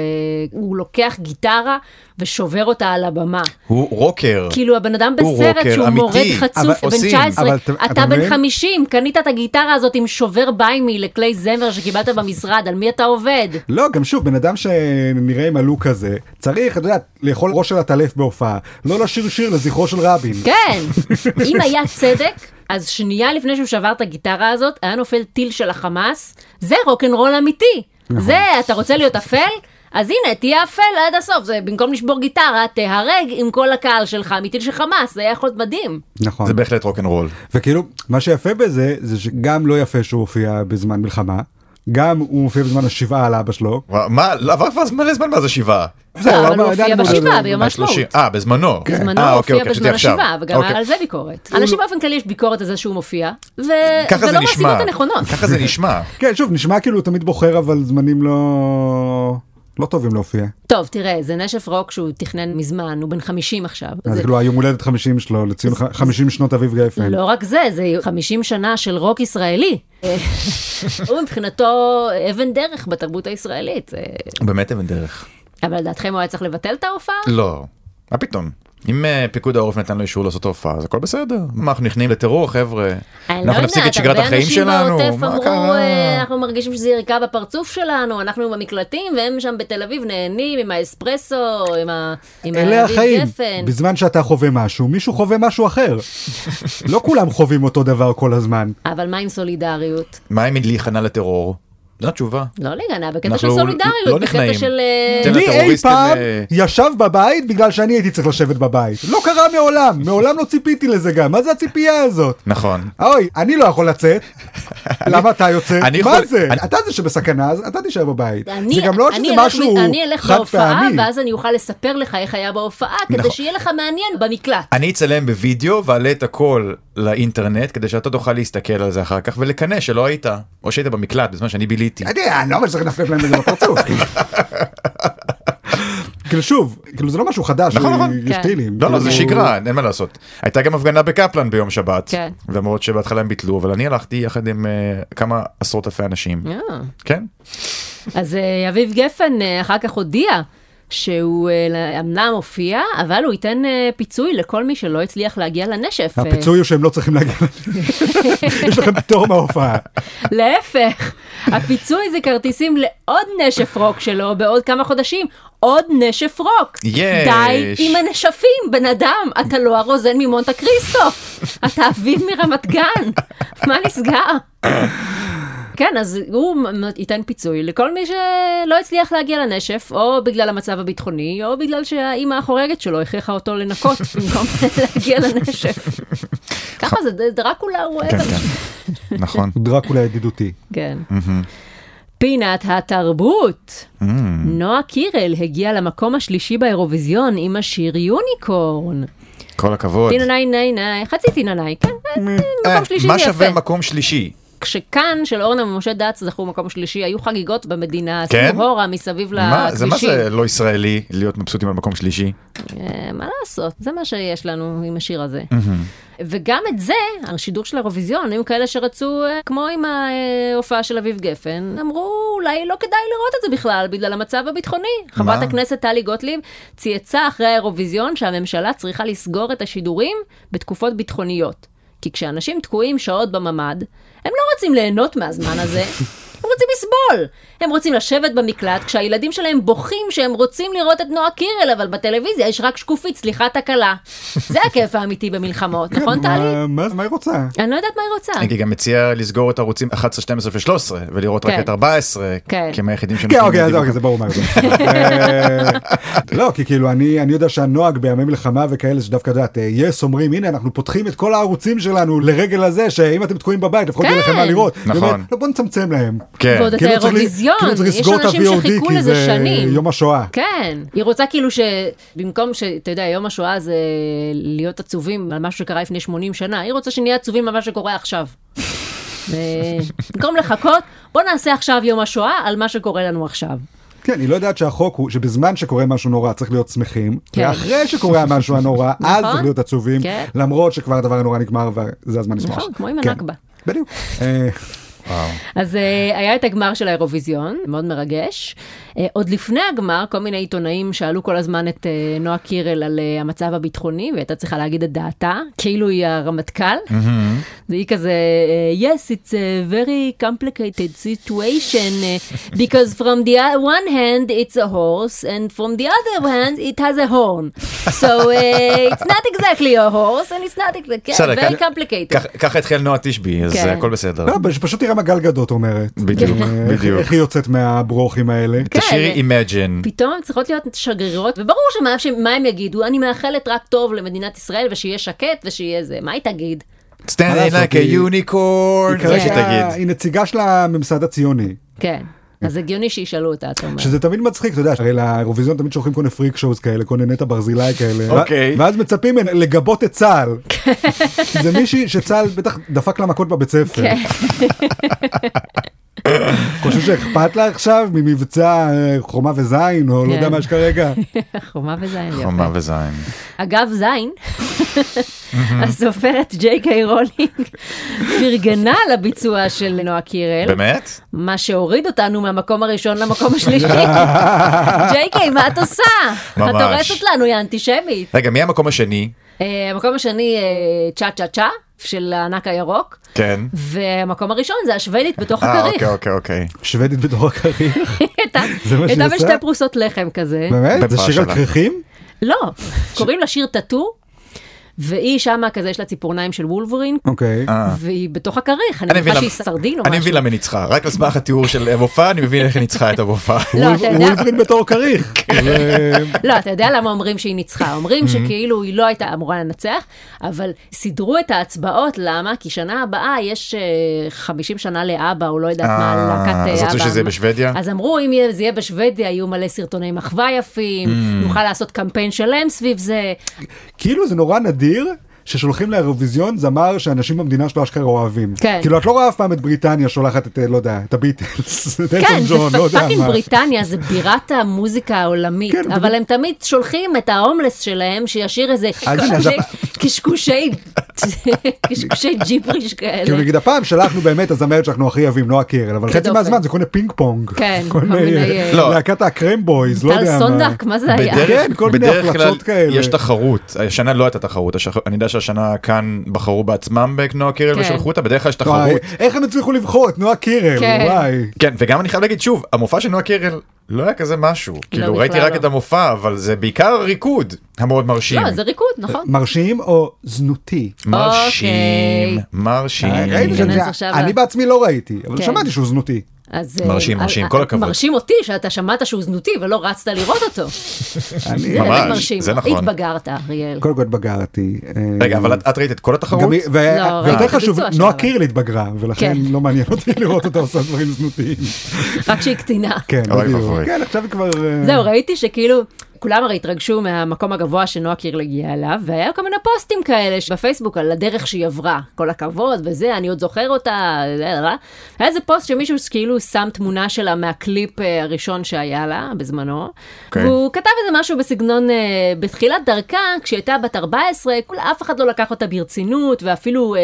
[SPEAKER 2] הוא לוקח גיטרה ושובר אותה על הבמה.
[SPEAKER 3] הוא רוקר.
[SPEAKER 2] כאילו הבן אדם
[SPEAKER 3] הוא
[SPEAKER 2] בסרט
[SPEAKER 3] רוקר
[SPEAKER 2] שהוא
[SPEAKER 3] אמיתי.
[SPEAKER 2] מורד
[SPEAKER 1] אבל
[SPEAKER 2] חצוף, בן
[SPEAKER 3] עושים,
[SPEAKER 2] 19,
[SPEAKER 1] אבל אתה-
[SPEAKER 2] אתה
[SPEAKER 1] אתה
[SPEAKER 2] בן
[SPEAKER 1] מבין?
[SPEAKER 2] 50, קנית את הגיטרה הזאת עם שובר ביימי לכלי זמר שקיבלת במשרד, על מי אתה עובד?
[SPEAKER 1] לא, גם שוב, בן אדם שנראה עם הלוק הזה, צריך, אתה יודע, לאכול ראש של הטלף בהופעה, לא לשיר שיר לזכרו של רבין.
[SPEAKER 2] כן, אם היה צדק, אז שנייה לפני שהוא שבר את הגיטרה הזאת, היה נופל טיל של החמאס, זה רוקנרול אמיתי.
[SPEAKER 1] נכון.
[SPEAKER 2] זה, אתה רוצה להיות אפל? אז הנה, תהיה אפל עד הסוף, זה במקום לשבור גיטרה, תהרג עם כל הקהל שלך מטיל של חמאס, זה היה יכול להיות מדהים.
[SPEAKER 1] נכון.
[SPEAKER 3] זה בהחלט רוקנרול.
[SPEAKER 1] וכאילו, מה שיפה בזה, זה שגם לא יפה שהוא הופיע בזמן מלחמה, גם הוא הופיע בזמן השבעה על אבא שלו.
[SPEAKER 3] וואו, מה, לא, עבר כבר מלא זמן מאז השבעה.
[SPEAKER 1] זהו,
[SPEAKER 2] לא, אבל
[SPEAKER 1] אבא
[SPEAKER 2] הוא
[SPEAKER 1] עדיין
[SPEAKER 2] הופיע
[SPEAKER 1] מודד-
[SPEAKER 2] בשבעה ביום העצמאות.
[SPEAKER 3] השלושים. אה, בזמנו.
[SPEAKER 2] כן. בזמנו
[SPEAKER 3] אה,
[SPEAKER 2] הוא
[SPEAKER 3] אוקיי,
[SPEAKER 2] הופיע
[SPEAKER 3] אוקיי,
[SPEAKER 2] בזמן
[SPEAKER 3] חשבתי עכשיו.
[SPEAKER 2] השבעה, וגם
[SPEAKER 3] אוקיי.
[SPEAKER 2] היה על זה ביקורת. אנשים באופן כללי יש ביקורת על זה שהוא מופיע,
[SPEAKER 3] ככה
[SPEAKER 2] וזה
[SPEAKER 3] זה
[SPEAKER 2] לא
[SPEAKER 3] נשמע.
[SPEAKER 2] מהסיבות הנכונות.
[SPEAKER 3] ככה זה נשמע.
[SPEAKER 1] כן, שוב, נשמע כאילו הוא תמיד בוחר, אבל זמנים לא... לא טובים להופיע.
[SPEAKER 2] טוב, תראה, זה נשף רוק שהוא תכנן מזמן, הוא בן 50 עכשיו.
[SPEAKER 1] אז
[SPEAKER 2] זה-
[SPEAKER 3] לא-
[SPEAKER 1] כאילו היום הולדת 50 שלו, לציון ח- 50 שנות אביב
[SPEAKER 3] כן.
[SPEAKER 1] גפן.
[SPEAKER 2] לא רק זה, זה 50 שנה של רוק ישראלי. הוא מבחינתו אבן דרך בתרבות הישראלית. אה,
[SPEAKER 3] באמת אבן דרך.
[SPEAKER 2] אבל לדעתכם הוא היה צריך לבטל את ההופעה?
[SPEAKER 3] לא. מה פתאום? אם אה, פיקוד העורף נתן לו אישור לעשות הופעה, אז הכל בסדר. מה, אנחנו נכנעים לטרור, חבר'ה?
[SPEAKER 2] אני לא
[SPEAKER 3] אנחנו
[SPEAKER 2] יודעת,
[SPEAKER 3] נפסיק את שגרת החיים שלנו?
[SPEAKER 2] הרבה אנשים
[SPEAKER 3] מה
[SPEAKER 2] בעוטף אמרו, "אה,
[SPEAKER 3] קרה?
[SPEAKER 2] אנחנו מרגישים שזה יריקה בפרצוף שלנו, אנחנו במקלטים, והם שם בתל אביב נהנים עם האספרסו, עם ה... עם
[SPEAKER 1] אלה
[SPEAKER 2] האביב
[SPEAKER 1] החיים.
[SPEAKER 2] גפן."
[SPEAKER 1] בזמן שאתה חווה משהו, מישהו חווה משהו אחר. לא כולם חווים אותו דבר כל הזמן.
[SPEAKER 2] אבל מה עם סולידריות?
[SPEAKER 3] מה עם להיכנע לטרור? זו התשובה.
[SPEAKER 2] לא להיגנע, בקטע של
[SPEAKER 3] אנחנו לא
[SPEAKER 2] סולידריות, בקטע
[SPEAKER 3] נכנעים.
[SPEAKER 2] של... אה,
[SPEAKER 3] תן
[SPEAKER 1] מי אי
[SPEAKER 3] לטרוריסטים,
[SPEAKER 1] פעם
[SPEAKER 3] אה,
[SPEAKER 1] ישב בבית בגלל שאני הייתי צריך לשבת בבית. לא קרה מעולם, מעולם לא ציפיתי לזה גם. מה זה הציפייה הזאת?
[SPEAKER 3] נכון.
[SPEAKER 1] אוי, אני לא יכול לצאת. למה אתה יוצא?
[SPEAKER 3] אני
[SPEAKER 1] מה
[SPEAKER 3] יכול-
[SPEAKER 1] זה?
[SPEAKER 3] אני-
[SPEAKER 1] אתה זה שבסכנה, אז אתה תישאר בבית.
[SPEAKER 2] אני,
[SPEAKER 1] זה גם לא
[SPEAKER 2] אני
[SPEAKER 1] שזה
[SPEAKER 2] אלך
[SPEAKER 1] משהו
[SPEAKER 2] ב- אני אלך
[SPEAKER 1] חד
[SPEAKER 2] להופעה,
[SPEAKER 1] פעמי.
[SPEAKER 2] ואז אני אוכל לספר לך איך היה בהופעה, כדי
[SPEAKER 3] נכון.
[SPEAKER 2] שיהיה לך מעניין במקלט.
[SPEAKER 3] אני אצלם בווידאו ואעלה את הכל לאינטרנט כדי שאתה תוכל להסתכל על זה אחר כך ולקנא שלא היית או שהיית במקלט בזמן שאני ביליתי.
[SPEAKER 1] אני אני לא אומר שצריך לנפנף להם בזה בפרצוף. כאילו שוב, כאילו זה לא משהו חדש,
[SPEAKER 3] נכון, נכון.
[SPEAKER 1] יש
[SPEAKER 2] כן.
[SPEAKER 1] טילים.
[SPEAKER 3] לא לא זה
[SPEAKER 1] כאילו-
[SPEAKER 3] שגרה אין מה לעשות. הייתה גם הפגנה בקפלן ביום שבת.
[SPEAKER 2] כן.
[SPEAKER 3] למרות שבהתחלה הם ביטלו אבל אני הלכתי יחד עם אה, כמה עשרות אלפי אנשים.
[SPEAKER 2] אה.
[SPEAKER 3] כן.
[SPEAKER 2] אז אה, אביב גפן אה, אחר כך הודיע שהוא אה, אמנם הופיע, אבל הוא ייתן אה, פיצוי לכל מי שלא הצליח להגיע לנשף. אה,
[SPEAKER 1] הפיצוי הוא שהם לא צריכים להגיע, יש לכם פטור מההופעה.
[SPEAKER 2] להפך, הפיצוי זה כרטיסים לעוד נשף רוק שלו בעוד כמה חודשים. עוד נשף רוק.
[SPEAKER 3] יש.
[SPEAKER 2] די עם הנשפים, בן אדם. אתה לא הרוזן ממונטה קריסטו. אתה אביב מרמת גן. מה נסגר? כן, אז הוא מ- מ- ייתן פיצוי לכל מי שלא הצליח להגיע לנשף, או בגלל המצב הביטחוני, או בגלל שהאימא החורגת שלו הכריחה אותו לנקות במקום להגיע לנשף. ככה זה, זה דרקולה הוא
[SPEAKER 3] כן
[SPEAKER 2] אוהב אנשים.
[SPEAKER 3] כן. נכון.
[SPEAKER 1] דרקולה ידידותי.
[SPEAKER 2] כן. פינת התרבות. נועה קירל הגיעה למקום השלישי באירוויזיון עם השיר יוניקורן.
[SPEAKER 3] כל הכבוד.
[SPEAKER 2] טיננאי נאי נאי, חצי טיננאי, כן, אה, אה,
[SPEAKER 3] אה,
[SPEAKER 2] מקום שלישי
[SPEAKER 3] מה שווה
[SPEAKER 2] יפה.
[SPEAKER 3] מקום שלישי?
[SPEAKER 2] כשכאן של אורנה ומשה דץ זכו מקום שלישי, היו חגיגות במדינה,
[SPEAKER 3] כן?
[SPEAKER 2] עשו הורה מסביב
[SPEAKER 3] מה זה מה
[SPEAKER 2] לכבישים.
[SPEAKER 3] זה לא ישראלי להיות מבסוטים על מקום שלישי?
[SPEAKER 2] אה, מה לעשות, זה מה שיש לנו עם השיר הזה. וגם את זה, השידור של האירוויזיון, היו כאלה שרצו, אה, כמו עם ההופעה של אביב גפן, אמרו, אולי לא כדאי לראות את זה בכלל, בגלל המצב הביטחוני. חברת הכנסת טלי גוטליב צייצה אחרי האירוויזיון שהממשלה צריכה לסגור את השידורים בתקופות ביטחוניות. כי כשאנשים תקועים שעות בממ"ד, הם לא רוצים ליהנות מהזמן הזה, הם רוצים לסבול. הם רוצים לשבת במקלט כשהילדים שלהם בוכים שהם רוצים לראות את נועה קירל, אבל בטלוויזיה יש רק שקופית, סליחה תקלה. זה הכיף האמיתי במלחמות, נכון
[SPEAKER 1] כן, מה- אוקיי.
[SPEAKER 2] טלי?
[SPEAKER 1] מה מה היא רוצה?
[SPEAKER 2] אני לא יודעת מה היא רוצה.
[SPEAKER 3] היא גם הציעה לסגור את ערוצים 11, 12 ו-13 ולראות רק
[SPEAKER 2] כן.
[SPEAKER 3] את 14,
[SPEAKER 2] כן.
[SPEAKER 3] כי הם היחידים
[SPEAKER 1] כן,
[SPEAKER 3] שנותנים
[SPEAKER 1] אוקיי, אז
[SPEAKER 3] דיווח.
[SPEAKER 1] אוקיי, זה ברור מה היא רוצה. אה, לא, כי כאילו, אני אני יודע שהנוהג בימי מלחמה וכאלה, שדווקא, את יודעת, אה, יס אומרים, הנה, אנחנו פותחים את כל הערוצים שלנו לרגל הזה, שאם אתם תקועים בבית, לפחות תהיה
[SPEAKER 2] כן.
[SPEAKER 1] לכם מה לראות. היא
[SPEAKER 3] נכון.
[SPEAKER 1] אומרת, לא, בוא נצמצם להם.
[SPEAKER 3] כן.
[SPEAKER 2] ועוד את
[SPEAKER 1] כאילו צריך לי-
[SPEAKER 2] האירוויזיון,
[SPEAKER 1] כאילו צריך
[SPEAKER 2] יש
[SPEAKER 1] לסגור את
[SPEAKER 2] אנשים
[SPEAKER 1] ה-VOD,
[SPEAKER 2] שחיכו
[SPEAKER 1] כי
[SPEAKER 2] לזה
[SPEAKER 1] זה
[SPEAKER 2] שנים.
[SPEAKER 1] יום השואה.
[SPEAKER 2] כן, היא רוצה כאילו שבמקום שאתה יודע, יום השואה זה להיות עצובים על מה שקרה לפני 80 שנה, היא רוצה שנהיה עצובים על מה שקורה עכשיו. ו- במקום לחכות, בוא נעשה עכשיו יום השואה על מה שקורה לנו עכשיו.
[SPEAKER 1] כן, היא לא יודעת שהחוק הוא שבזמן שקורה משהו נורא צריך להיות שמחים,
[SPEAKER 2] כן.
[SPEAKER 1] ואחרי שקורה המשהו הנורא, אז
[SPEAKER 2] נכון.
[SPEAKER 1] צריך להיות עצובים,
[SPEAKER 2] כן.
[SPEAKER 1] למרות שכבר הדבר הנורא נגמר וזה הזמן לשמוח.
[SPEAKER 2] נכון, כמו עם
[SPEAKER 1] כן.
[SPEAKER 2] הנכבה.
[SPEAKER 1] בדיוק. אה,
[SPEAKER 2] אז אה, היה את הגמר של האירוויזיון, מאוד מרגש. אה, עוד לפני הגמר, כל מיני עיתונאים שאלו כל הזמן את אה, נועה קירל על אה, המצב הביטחוני, והייתה צריכה להגיד את דעתה, כאילו היא הרמטכ"ל. והיא כזה, אה, yes, it's a very complicated situation, אה, because from the one hand it's a horse, and from the other hand it has a horn. So uh, it's not exactly a horse, and it's not exactly,
[SPEAKER 3] בסדר,
[SPEAKER 2] very
[SPEAKER 3] ככה-
[SPEAKER 2] complicated.
[SPEAKER 3] ככה- ככה התחיל נועה תשבי, אז
[SPEAKER 2] כן.
[SPEAKER 3] הכל בסדר.
[SPEAKER 1] לא, פש- פשוט תראה מה גל גדות אומרת.
[SPEAKER 3] בדיוק,
[SPEAKER 1] אה, איך-
[SPEAKER 3] בדיוק.
[SPEAKER 1] איך היא יוצאת מהברוכים האלה?
[SPEAKER 2] כן.
[SPEAKER 3] תשאירי Imagine.
[SPEAKER 2] פתאום הן צריכות להיות שגרירות, וברור שמה שמה הם יגידו, אני מאחלת רק טוב למדינת ישראל ושיהיה שקט ושיהיה זה, מה היא תגיד?
[SPEAKER 1] מה
[SPEAKER 3] Standing
[SPEAKER 1] לעשות,
[SPEAKER 3] like
[SPEAKER 1] היא-
[SPEAKER 3] a unicorn, זה מה
[SPEAKER 1] כרגע
[SPEAKER 3] כן. שתגיד.
[SPEAKER 1] היא נציגה של הממסד הציוני.
[SPEAKER 2] כן. אז הגיוני שישאלו אותה, אתה אומר.
[SPEAKER 1] שזה תמיד מצחיק, אתה יודע, הרי לאירוויזיון תמיד שולחים כל מיני פריק שואוז כאלה, כל מיני נטע ברזילי כאלה.
[SPEAKER 3] אוקיי.
[SPEAKER 1] ו- ואז מצפים מהן לגבות את צה"ל.
[SPEAKER 2] כן.
[SPEAKER 1] זה מישהי שצה"ל בטח דפק לה מכות בבית ספר.
[SPEAKER 2] כן.
[SPEAKER 1] חושב שאכפת לה עכשיו ממבצע אה, חומה וזין, או לא
[SPEAKER 2] כן.
[SPEAKER 1] יודע מה יש כרגע?
[SPEAKER 2] חומה וזין, יפה.
[SPEAKER 3] חומה וזין.
[SPEAKER 2] אגב, זין, הסופרת ג'יי קיי רולינג פרגנה על הביצוע של נועה קירל,
[SPEAKER 3] באמת?
[SPEAKER 2] מה שהוריד אותנו מהמקום הראשון למקום השלישי. ג'יי קיי, מה את עושה? את
[SPEAKER 3] ממש.
[SPEAKER 2] הורסת לנו, יא אנטישמית.
[SPEAKER 3] רגע, מי המקום השני?
[SPEAKER 2] אה, המקום השני, אה, צ'ה צ'ה צ'ה, של הענק הירוק.
[SPEAKER 3] כן.
[SPEAKER 2] והמקום הראשון זה השוודית בתוך
[SPEAKER 3] אה, אוקיי,
[SPEAKER 2] הכריך.
[SPEAKER 3] אוקיי, אוקיי.
[SPEAKER 1] שוודית בתור הכריך?
[SPEAKER 2] היא הייתה-
[SPEAKER 1] אוקיי. זה מה
[SPEAKER 2] הייתה
[SPEAKER 1] שהיא
[SPEAKER 2] בשתי
[SPEAKER 1] עושה?
[SPEAKER 2] פרוסות לחם כזה.
[SPEAKER 1] באמת? זה
[SPEAKER 3] בפרשה
[SPEAKER 1] שיר על
[SPEAKER 3] שלה.
[SPEAKER 1] כריכים?
[SPEAKER 2] לא, קוראים לה שיר טאטו, והיא שמה כזה, יש לה ציפורניים של וולברין,
[SPEAKER 1] אוקיי.
[SPEAKER 3] אה.
[SPEAKER 2] והיא בתוך הכריך, אני
[SPEAKER 3] אני מבין
[SPEAKER 2] מניחה שהיא
[SPEAKER 3] למה-
[SPEAKER 2] סרדין או
[SPEAKER 3] אני
[SPEAKER 2] משהו.
[SPEAKER 3] מבין למה היא ניצחה, רק על סמך התיאור של המופע, אני מבין איך היא ניצחה את המופע.
[SPEAKER 2] לא, אתה יודע-
[SPEAKER 1] וולברין בתור כריך. זה-
[SPEAKER 2] לא, אתה יודע למה אומרים שהיא ניצחה, אומרים שכאילו היא לא הייתה אמורה לנצח, אבל סידרו את ההצבעות, למה? כי שנה הבאה יש אה, 50 שנה לאבא, או לא יודעת מה,
[SPEAKER 3] אה,
[SPEAKER 2] להקת אה, אבא.
[SPEAKER 3] אז רצו שזה יהיה בשוודיה?
[SPEAKER 2] אז אמרו, אם יהיה- זה יהיה בשוודיה, יהיו מלא סרטוני מחווה יפים, נוכל לעשות קמפיין שלם סביב זה.
[SPEAKER 1] כאילו זה נורא נדיר. ששולחים לאירוויזיון זמר שאנשים במדינה שלו אשכרה אוהבים.
[SPEAKER 2] כן.
[SPEAKER 1] כאילו את לא רואה אף פעם את בריטניה שולחת את, אה, לא יודע, את הביטלס, את אלטון
[SPEAKER 2] כן, זה
[SPEAKER 1] ג'ון, לא יודע
[SPEAKER 2] פאקינג
[SPEAKER 1] מה.
[SPEAKER 2] בריטניה, זה בירת המוזיקה העולמית,
[SPEAKER 1] כן,
[SPEAKER 2] אבל
[SPEAKER 1] בדיוק.
[SPEAKER 2] הם תמיד שולחים את ההומלס שלהם שישיר איזה
[SPEAKER 1] אז הנה,
[SPEAKER 2] כל
[SPEAKER 1] אז
[SPEAKER 2] מיני
[SPEAKER 1] הפ-
[SPEAKER 2] קשקושי קשקושי ג'יבריש
[SPEAKER 1] כאילו
[SPEAKER 2] כאלה.
[SPEAKER 1] נגיד הפעם שלחנו באמת הזמרת שאנחנו הכי אוהבים, נועה קירל, אבל חצי
[SPEAKER 2] כדופן.
[SPEAKER 1] מהזמן זה כל מיני פינג פונג.
[SPEAKER 2] כן,
[SPEAKER 1] כל
[SPEAKER 2] כל מיני,
[SPEAKER 1] מיני,
[SPEAKER 2] אה,
[SPEAKER 3] לא.
[SPEAKER 1] להקת הקרמבויז, לא
[SPEAKER 2] טל
[SPEAKER 1] יודע מה.
[SPEAKER 2] סונדק, מה זה היה?
[SPEAKER 1] בדרך- כן, כל מיני
[SPEAKER 3] בדרך כלל
[SPEAKER 1] הפלצות כאלה.
[SPEAKER 3] יש תחרות, השנה לא הייתה תחרות, השח- אני יודע שהשנה כאן בחרו בעצמם בנועה קירל
[SPEAKER 2] כן.
[SPEAKER 3] ושלחו אותה, בדרך כלל יש
[SPEAKER 1] וואי,
[SPEAKER 3] תחרות.
[SPEAKER 1] איך הם הצליחו לבחור את נועה קירל,
[SPEAKER 2] כן.
[SPEAKER 1] וואי.
[SPEAKER 3] כן, וגם אני חייב להגיד שוב, המופע של נועה קירל לא היה כזה משהו. כאילו
[SPEAKER 2] בכלל
[SPEAKER 3] ראיתי רק
[SPEAKER 2] לא.
[SPEAKER 3] את המופע, אבל זה בעיקר הריקוד המאוד מרשים.
[SPEAKER 2] לא, זה ריקוד, נכון.
[SPEAKER 1] מרשים או זנותי?
[SPEAKER 3] מרשים,
[SPEAKER 2] אוקיי.
[SPEAKER 3] אה,
[SPEAKER 1] אה, ראיתי
[SPEAKER 3] מרשים.
[SPEAKER 1] שאני-
[SPEAKER 2] ניכנס עכשיו
[SPEAKER 1] אני
[SPEAKER 2] ל-
[SPEAKER 1] בעצמי לא ראיתי, אבל
[SPEAKER 2] כן.
[SPEAKER 1] שמעתי שהוא זנותי.
[SPEAKER 2] אז,
[SPEAKER 3] מרשים,
[SPEAKER 2] אה,
[SPEAKER 3] מרשים,
[SPEAKER 2] אה,
[SPEAKER 3] כל הכבוד.
[SPEAKER 2] מרשים אותי שאתה שמעת שהוא זנותי ולא רצת לראות אותו.
[SPEAKER 1] אני-
[SPEAKER 2] זה באמת
[SPEAKER 3] ממש,
[SPEAKER 2] מרשים.
[SPEAKER 3] זה נכון.
[SPEAKER 2] התבגרת, אריאל.
[SPEAKER 1] קודם כל בגרתי. אה,
[SPEAKER 3] רגע, אבל את- את ראית את כל התחרות?
[SPEAKER 1] גם היא- ו-
[SPEAKER 2] לא, ראיתי
[SPEAKER 1] ויותר
[SPEAKER 2] את
[SPEAKER 1] חשוב,
[SPEAKER 2] הביצוע שלה,
[SPEAKER 1] נועה
[SPEAKER 2] אבל.
[SPEAKER 1] קירל התבגרה, ולכן
[SPEAKER 2] כן.
[SPEAKER 1] לא מעניין אותי לראות אותה עושה דברים זנותיים.
[SPEAKER 2] רק שהיא קטינה.
[SPEAKER 1] כן,
[SPEAKER 3] אוי
[SPEAKER 1] בדיוק.
[SPEAKER 3] ואבוי.
[SPEAKER 1] כן, עכשיו היא כבר... אה,
[SPEAKER 2] זהו, ראיתי שכאילו, כולם הרי התרגשו מהמקום הגבוה שנועה קירל הגיעה אליו, והיה כל מיני פוסטים כאלה בפייסבוק על הדרך שהיא עברה. כל הכבוד וזה, אני עוד זוכר אותה, זה, זה, זה. היה איזה פוסט שמישהו כאילו שם תמונה שלה מהקליפ אה, הראשון שהיה לה בזמנו,
[SPEAKER 3] אוקיי.
[SPEAKER 2] והוא כתב איזה משהו בסגנון, אה, בתחילת דרכה, כשהיא הייתה בת 14, כולה אף אחד לא לקח אותה ברצינות, ואפילו אה,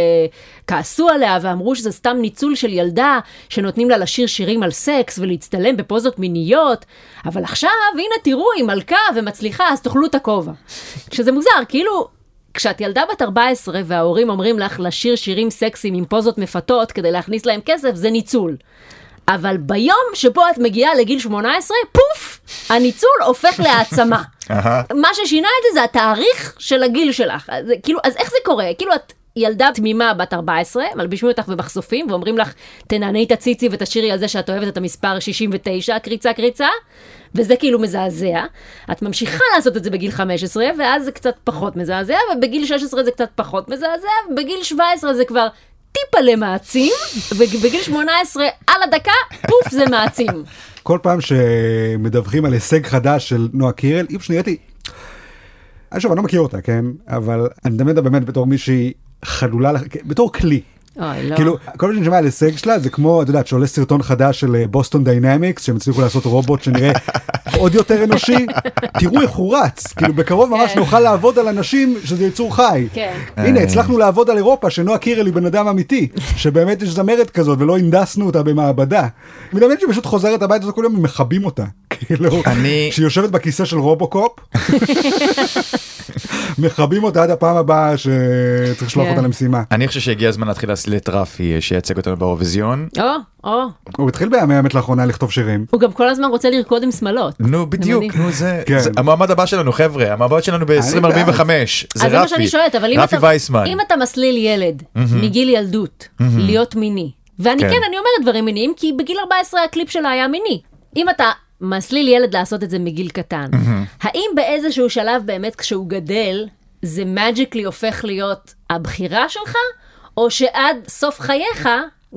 [SPEAKER 2] כעסו עליה ואמרו שזה סתם ניצול של ילדה, שנותנים לה לשיר שירים על סקס ולהצטלם בפוזות מיניות, אבל עכשיו, הנה תראו, היא מלכה ומצליחה, אז תאכלו את הכובע. שזה מוזר, כאילו... כשאת ילדה בת 14 וההורים אומרים לך לשיר שירים סקסיים עם פוזות מפתות כדי להכניס להם כסף, זה ניצול. אבל ביום שבו את מגיעה לגיל 18, פוף, הניצול הופך להעצמה.
[SPEAKER 3] אהה.
[SPEAKER 2] מה ששינה את זה זה התאריך של הגיל שלך. אז, זה כאילו, אז איך זה קורה? כאילו את ילדה תמימה בת 14, מלבישים אותך במחשופים ואומרים לך, תנעני את הציצי ותשאירי על זה שאת אוהבת את המספר 69, קריצה קריצה, וזה כאילו מזעזע. את ממשיכה לעשות את זה בגיל 15, ואז זה קצת פחות מזעזע, ובגיל 16 זה קצת פחות מזעזע, ובגיל 17 זה כבר... טיפה למעצים, ובגיל 18 על הדקה, פוף זה מעצים.
[SPEAKER 1] כל פעם שמדווחים על הישג חדש של נועה קירל, היא פשוט נראית לי... אני שוב, אני לא מכיר אותה, כן? אבל אני מדמיין אותה באמת בתור מישהי חלולה, לח- בתור כלי.
[SPEAKER 2] אוי, לא.
[SPEAKER 1] כאילו, כל פעם שאני שומע על הישג שלה, זה כמו, את יודעת, שעולה סרטון חדש של אה, בוסטון דיינמיקס, שהם הצליחו לעשות רובוט שנראה עוד יותר אנושי, תראו איך הוא רץ, כאילו בקרוב ממש
[SPEAKER 2] כן.
[SPEAKER 1] נוכל לעבוד על אנשים שזה יצור חי.
[SPEAKER 2] כן.
[SPEAKER 1] הנה, הצלחנו לעבוד על אירופה, שנועה קירל היא בן אדם אמיתי, שבאמת יש זמרת כזאת, ולא הנדסנו אותה במעבדה. מדמיין שהיא פשוט חוזרת הביתה כל יום ומכבים אותה. כאילו,
[SPEAKER 3] אני-
[SPEAKER 1] שהיא יושבת בכיסא של רובוקופ, מכבים אותה עד הפעם הבאה שצריך לשלוח
[SPEAKER 2] כן.
[SPEAKER 1] אותה למשימה.
[SPEAKER 3] אני חושב שהגיע הזמן להתחיל להסליל את רפי אה, שייצג אותנו באירוויזיון.
[SPEAKER 2] או, או.
[SPEAKER 1] הוא התחיל בימי האמת לאחרונה לכתוב שירים.
[SPEAKER 2] הוא גם כל הזמן רוצה לרקוד עם שמלות.
[SPEAKER 3] נו בדיוק,
[SPEAKER 2] מדהים.
[SPEAKER 3] נו זה,
[SPEAKER 1] כן. אה,
[SPEAKER 3] זה המועמד הבא שלנו חבר'ה, המועמד שלנו ב-2045, זה
[SPEAKER 2] אז זה מה שאני
[SPEAKER 3] רפי,
[SPEAKER 2] שואלת, אבל אם
[SPEAKER 3] רפי
[SPEAKER 2] אתה,
[SPEAKER 3] וייסמן.
[SPEAKER 2] אם אתה מסליל ילד מגיל ילדות להיות מיני, ואני
[SPEAKER 3] כן.
[SPEAKER 2] כן, אני אומרת דברים מיניים, כי בגיל 14 הקליפ שלה היה מיני. אם אתה מסליל ילד לעשות את זה מגיל קטן, האם באיזשהו שלב באמת כשהוא גדל, זה מג'יקלי הופך להיות הבחירה שלך, או שעד סוף חייך,